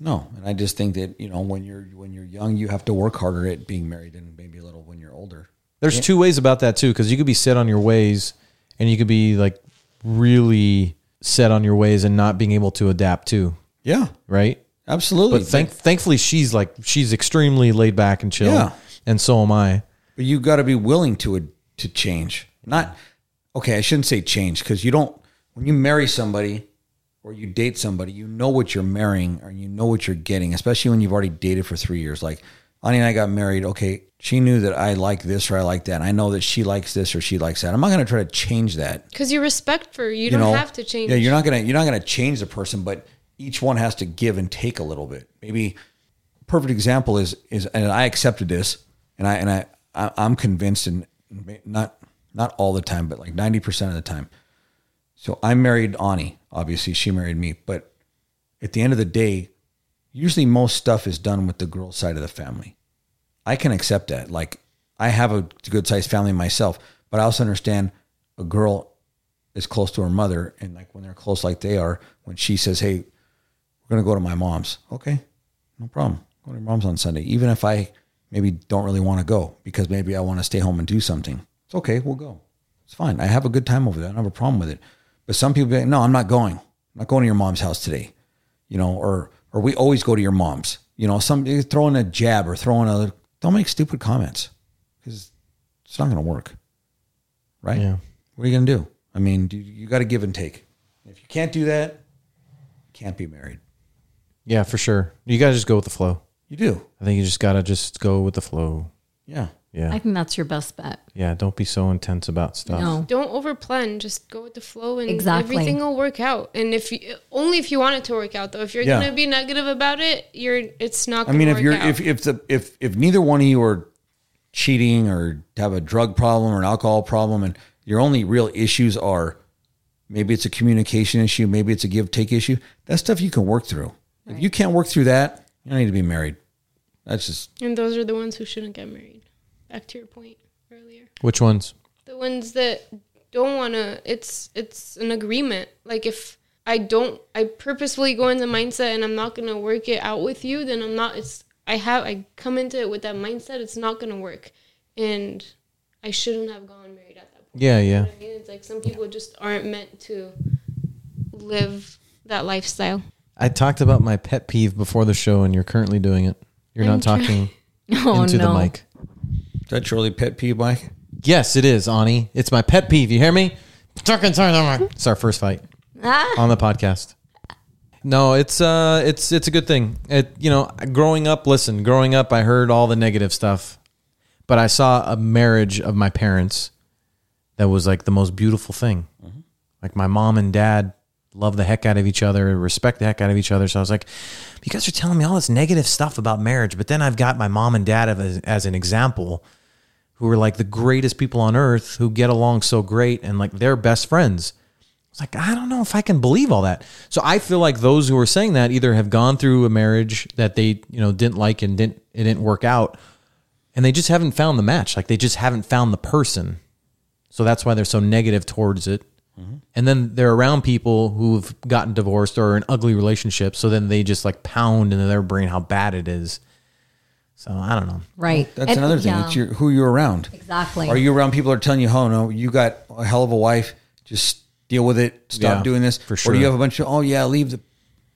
No, and I just think that you know when you're when you're young, you have to work harder at being married than maybe a little when you're older. There's two ways about that too, because you could be set on your ways, and you could be like really set on your ways and not being able to adapt too. Yeah, Right. absolutely. But thank, thankfully, she's like she's extremely laid back and chill, Yeah. and so am I. But you got to be willing to to change. Not okay. I shouldn't say change because you don't. When you marry somebody or you date somebody, you know what you're marrying or you know what you're getting. Especially when you've already dated for three years. Like Ani and I got married. Okay, she knew that I like this or I like that. And I know that she likes this or she likes that. I'm not going to try to change that. because you respect for you, You, don't know? have to change. Yeah, you're not gonna you're not gonna change the person, but each one has to give and take a little bit. Maybe perfect example is is and I accepted this, and I and I, I I'm convinced and not not all the time, but like ninety percent of the time. So I married Ani. Obviously, she married me, but at the end of the day, usually most stuff is done with the girl side of the family. I can accept that. Like I have a good sized family myself, but I also understand a girl is close to her mother, and like when they're close like they are, when she says, "Hey, we're gonna go to my mom's," okay, no problem. Go to your mom's on Sunday, even if I maybe don't really want to go because maybe I want to stay home and do something. It's okay, we'll go. It's fine. I have a good time over there. I don't have a problem with it. But some people be like, "No, I'm not going. I'm not going to your mom's house today," you know, or or we always go to your mom's. You know, some you throw in a jab or throw in a don't make stupid comments because it's not going to work, right? Yeah. What are you going to do? I mean, you, you got to give and take. If you can't do that, you can't be married. Yeah, for sure. You gotta just go with the flow. You do, I think you just gotta just go with the flow. yeah. Yeah, I think that's your best bet. yeah. Don't be so intense about stuff. No. don't overplan. Just go with the flow, and Exactly. everything will work out. And if you, only if you want it to work out, though. If you're Yeah. gonna be negative about it, you're it's not. I Gonna mean, work if you're out. if if the if if neither one of you are cheating or have a drug problem or an alcohol problem, and your only real issues are maybe it's a communication issue, maybe it's a give take issue. That stuff you can work through. If you can't work through that, you don't need to be married. That's just and those are the ones who shouldn't get married. Back to your point earlier, Which ones? the ones that don't wanna. It's it's an agreement. Like if I don't, I purposefully go into mindset, and I'm not gonna work it out with you. Then I'm not. It's I have I come into it with that mindset. It's not gonna work, and I shouldn't have gone married at that point. Yeah, yeah. I mean, it's like some people just aren't meant to live that lifestyle. I talked about my pet peeve before the show, and you're currently doing it. You're not talking Oh, into no. the mic. is that your only pet peeve, Mike. Yes, it is, Ani. It's my pet peeve. You hear me? Talking to the mic. It's our first fight on the podcast. No, it's uh, it's it's a good thing. It you know, growing up, listen, growing up, I heard all the negative stuff, but I saw a marriage of my parents that was like the most beautiful thing. Like my mom and dad love the heck out of each other, respect the heck out of each other. So I was like, you guys are telling me all this negative stuff about marriage, but then I've got my mom and dad as, as an example who are like the greatest people on earth who get along so great and like they're best friends. It's like, I don't know if I can believe all that. So I feel like those who are saying that either have gone through a marriage that they, you know, didn't like and didn't it didn't work out and they just haven't found the match. Like they just haven't found the person. So that's why they're so negative towards it. And then they're around people who've gotten divorced or are in ugly relationships. So then they just like pound into their brain how bad it is. So I don't know. Right. That's And- another thing. yeah, It's your, who you're around. exactly. Are you around people that are telling you, "Oh no, you got a hell of a wife. Just deal with it. Stop Yeah, doing this." for Or do sure. you have a bunch of, "Oh yeah, leave the,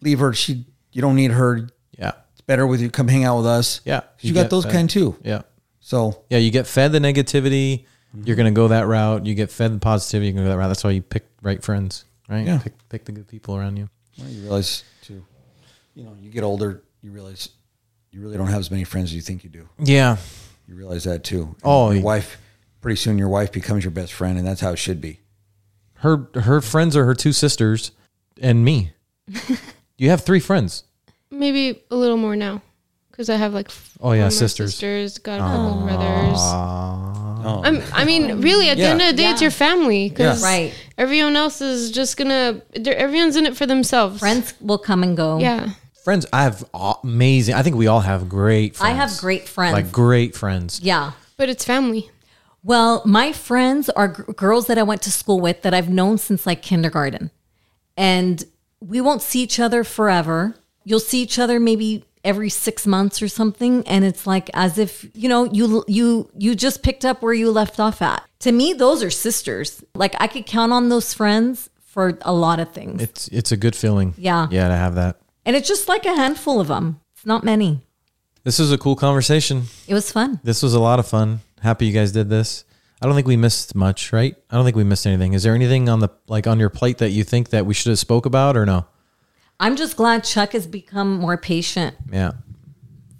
leave her. She, you don't need her. It's Yeah. better with you. Come hang out with us." Yeah. you, You got get those that. kind too. Yeah. So Yeah, you get fed the negativity. You're going to go that route. You get fed the positivity. You're going to go that route. That's why you pick right friends, right? Yeah. Pick, pick the good people around you. well, you realize too, you know, you get older, you realize you really don't have as many friends as you think you do. Yeah. You realize that too. And Oh, your you- wife. Pretty soon, your wife becomes your best friend, and that's how it should be. Her her friends are her two sisters and me. you have three friends. Maybe a little more now, because I have like f- Oh, yeah, four more sisters. sisters, got a couple brothers. Oh, I'm, I mean, really, at the Yeah. end of the day, it's Yeah. your family. 'cause Yeah. Right. Everyone else is just gonna. they're- Everyone's in it for themselves. Friends will come and go. Yeah. Friends, I have aw- amazing. I think we all have great I friends. have great friends. Like great friends. yeah. But it's family. Well, my friends are g- girls that I went to school with that I've known since like kindergarten. And we won't see each other forever. You'll see each other maybe every 6 months or something and it's like as if, you know, you you you just picked up where you left off at. To me, those are sisters. Like I could count on those friends for a lot of things. It's it's a good feeling. Yeah. Yeah, to have that. and it's just like a handful of them. It's not many. This is a cool conversation. It was fun. This was a lot of fun. Happy you guys did this. I don't think we missed much, right? I don't think we missed anything. Is there anything on the like on your plate that you think that we should have spoke about or no? I'm just glad Chuck has become more patient Yeah.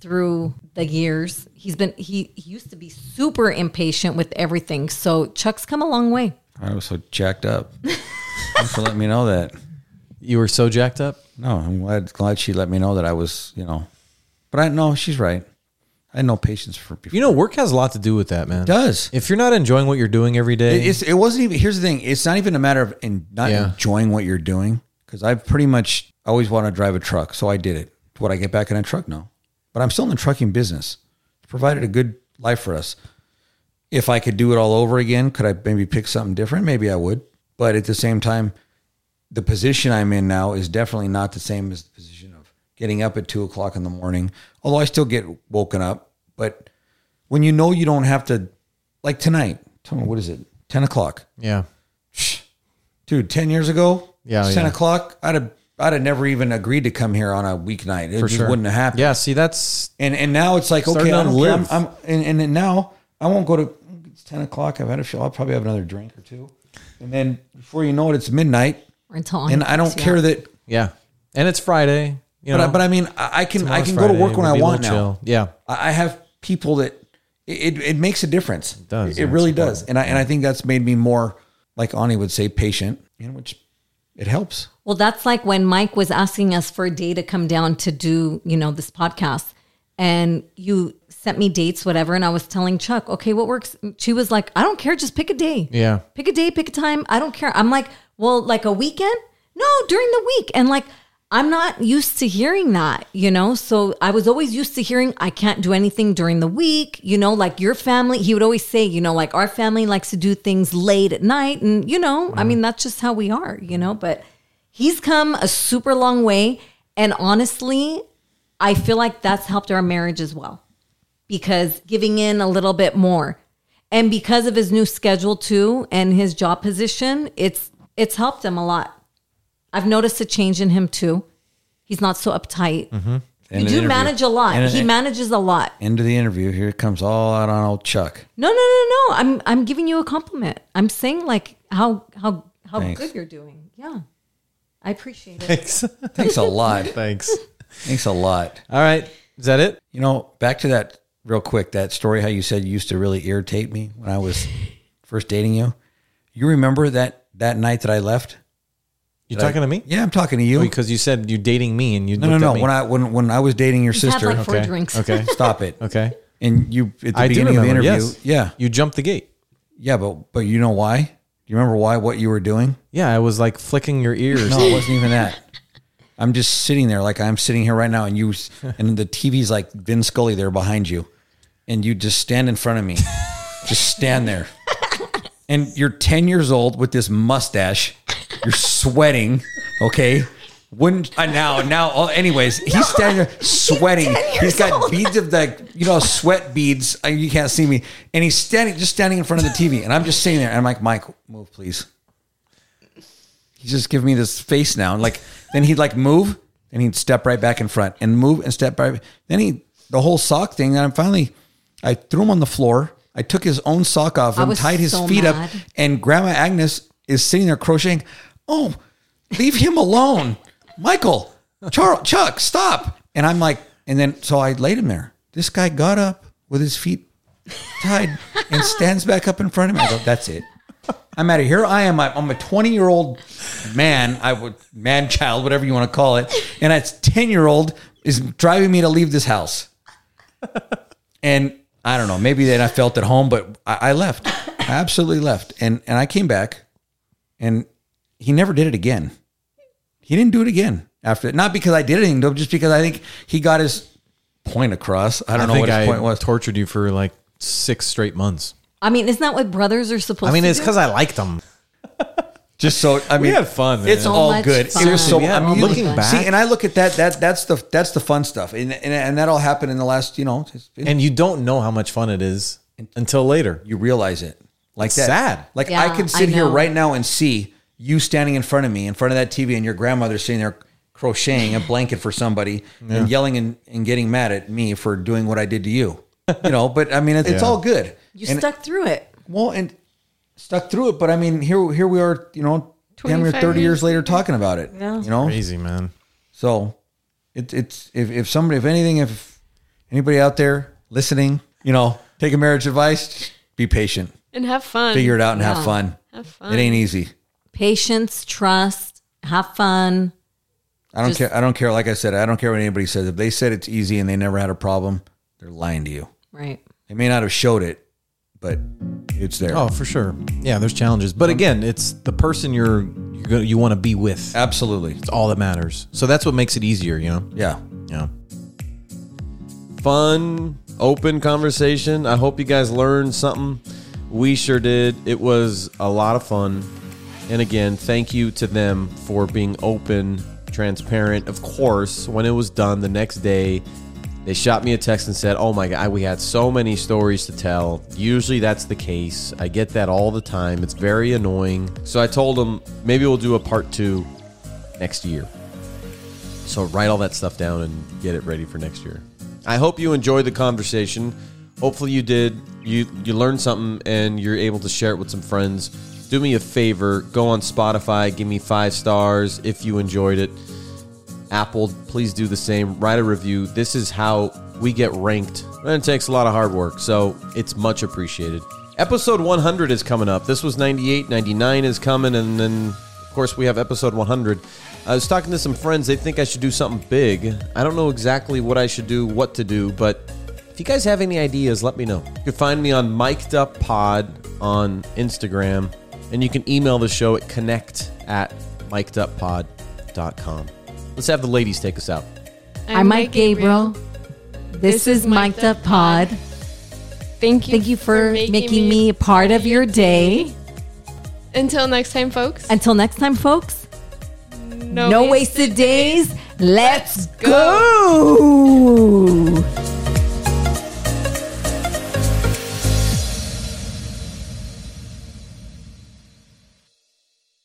through the years. He's been he, he used to be super impatient with everything. So Chuck's come a long way. I was so jacked up. Thanks for letting me know that. You were so jacked up. No, I'm glad, glad she let me know that I was, you know. But I know she's right. I had no patience for people. You know, work has a lot to do with that, man. It does. If you're not enjoying what you're doing every day, It- it's, it wasn't even. Here's the thing. It's not even a matter of in, not Yeah. enjoying what you're doing because I've pretty much always wanted to drive a truck, so I did it. Would I get back in a truck? No, but I'm still in the trucking business. It's provided a good life for us. If I could do it all over again, could I maybe pick something different? Maybe I would. But at the same time, the position I'm in now is definitely not the same as the position of getting up at two o'clock in the morning. Although I still get woken up, but when you know you don't have to, like tonight, tell me, what is it? Ten o'clock, yeah. dude. Ten years ago, Yeah, ten yeah. o'clock. I'd have, I'd have never even agreed to come here on a weeknight. It For just sure. wouldn't have happened. Yeah, see that's And and now it's like Starting okay, I to don't care. I'm, live. I'm and, and then now I won't go to. It's ten o'clock. I've had a show. I'll probably have another drink or two, and then before you know it, it's midnight. We're until And I don't care that. yeah. And it's Friday. You But know, I, but I mean, I I can I tomorrow's can go Friday, to work when we'll I be a want now. little chill. Yeah. I I have people that it, it, it makes a difference. It does, It yeah, really it's does. And I and I think that's made me more like Ani would say patient, you know, which it helps. Well, that's like when Mike was asking us for a day to come down to do, you know, this podcast. And you sent me dates, whatever. And I was telling Chuck, okay, what works? She was like, I don't care. Just pick a day. Yeah. Pick a day, pick a time. I don't care. I'm like, well, like a weekend? No, during the week. And like, I'm not used to hearing that, you know? So I was always used to hearing, I can't do anything during the week, you know? Like your family, he would always say, you know, like our family likes to do things late at night. And, you know, I mean, that's just how we are, you know? But he's come a super long way. And honestly, I feel like that's helped our marriage as well because giving in a little bit more and because of his new schedule too and his job position it's it's helped him a lot i've noticed a change in him too he's not so uptight Mm-hmm. an you do interview. manage a lot And an- he manages a lot End of the interview. Here it comes all out on old Chuck. no no no no i'm i'm giving you a compliment i'm saying like how how how Thanks. good you're doing yeah i appreciate it Thanks a lot. Thanks. Thanks a lot. All right. Is that it? You know, back to that real quick, that story how you said you used to really irritate me when I was first dating you. You remember that that night that I left? You talking to me? Yeah, I'm talking to you. Because you said you dating me and you no, no, looked no. At me. When I when when I was dating your had sister, like four okay. drinks. Okay. stop it. okay. And you at the I do beginning of the remember, interview, yes. yeah, You jumped the gate. yeah, but but you know why? Do you remember why what you were doing? Yeah, I was like flicking your ears. No, it wasn't even that. I'm just sitting there, like I'm sitting here right now, and you and the TV's like Vin Scully there behind you, and you just stand in front of me, just stand there, and you're 10 years old with this mustache, you're sweating, okay. Wouldn't I now? Now, oh, anyways, he's standing there sweating. 10 years he's got old. beads of like you know sweat beads. Uh, You can't see me, and he's standing just standing in front of the TV, and I'm just sitting there, and I'm like, Mike, move, please he's just giving me this face now. And like, then he'd like move and he'd step right back in front and move and step right. Then he, the whole sock thing. And I'm finally, I threw him on the floor. I took his own sock off I and was tied his so feet mad. up. And Grandma Agnes is sitting there crocheting. Oh, leave him alone. Michael, Charles, Chuck, stop. And I'm like, and then, so I laid him there. This guy got up with his feet tied and stands back up in front of me. I go, that's it. I'm out of here. I am. I'm a 20 year old man. I would man child, whatever you want to call it. And that's 10 year old is driving me to leave this house. And I don't know. Maybe then I felt at home, but I, I left. I absolutely left. And and I came back, and he never did it again. He didn't do it again after that. Not because I did anything, though, just because I think he got his point across. I don't know what think his I point was. tortured you for like six straight months. I mean, isn't that what brothers are supposed? I mean, to it's do? because I liked them. Just so I mean, had fun, It's man. So all much good. fun. It was so. We had I mean, all looking the fun. back, see, and I look at that. That that's the that's the fun stuff, and and, and that all happened in the last. You know, it's- And you don't know how much fun it is until later. you realize it like It's that. sad. Like Yeah, I can I sit here know. right now and see you standing in front of me, in front of that TV, and your grandmother sitting there crocheting a blanket for somebody and yelling and, and getting mad at me for doing what I did to you. You know, but I mean, it's, it's all good. you and, stuck through it. well and stuck through it. But I mean, here here we are. You know, damn near 25 thirty years years later talking about it. Yeah. You know, Crazy, man. So it, it's if, if somebody, if anything, if anybody out there listening, you know, take a marriage advice, be patient, and have fun. figure it out and have Yeah. fun. Have fun. It ain't easy. Patience, trust, have fun. I don't Just- care. I don't care. Like I said, I don't care what anybody says. If they said it's easy and they never had a problem, they're lying to you. Right. They may not have showed it, but it's there. Oh, for sure. Yeah, there's challenges, but again, it's the person you're you're gonna, you want to be with. Absolutely. It's all that matters. So that's what makes it easier, you know. Yeah. Yeah. fun, open conversation. I hope you guys learned something. We sure did. It was a lot of fun. And again, thank you to them for being open, transparent. Of course, when it was done the next day, they shot me a text and said, Oh my God, we had so many stories to tell. Usually that's the case. I get that all the time. It's very annoying. So I told them maybe we'll do a part two next year. So write all that stuff down and get it ready for next year. I hope you enjoyed the conversation. Hopefully you did. You you learned something and you're able to share it with some friends. Do me a favor, go on Spotify, give me 5 stars if you enjoyed it. Apple, please do the same. Write a review. This is how we get ranked. And it takes a lot of hard work, so it's much appreciated. Episode 100 is coming up. This was 98, 99 is coming, and then, of course, we have episode 100. I was talking to some friends. They think I should do something big. I don't know exactly what I should do, what to do, but if you guys have any ideas, let me know. You can find me on Mic'd Up Pod on Instagram, and you can email the show at connect at mic'eduppod.com. Let's have the ladies take us out. I'm, Mike Gabriel. This, is Mike the Pod. Thank you. Thank you for, making, me a part of your day. Until next time, folks. Until next time, folks, no, no waste- wasted days. Let's go. go.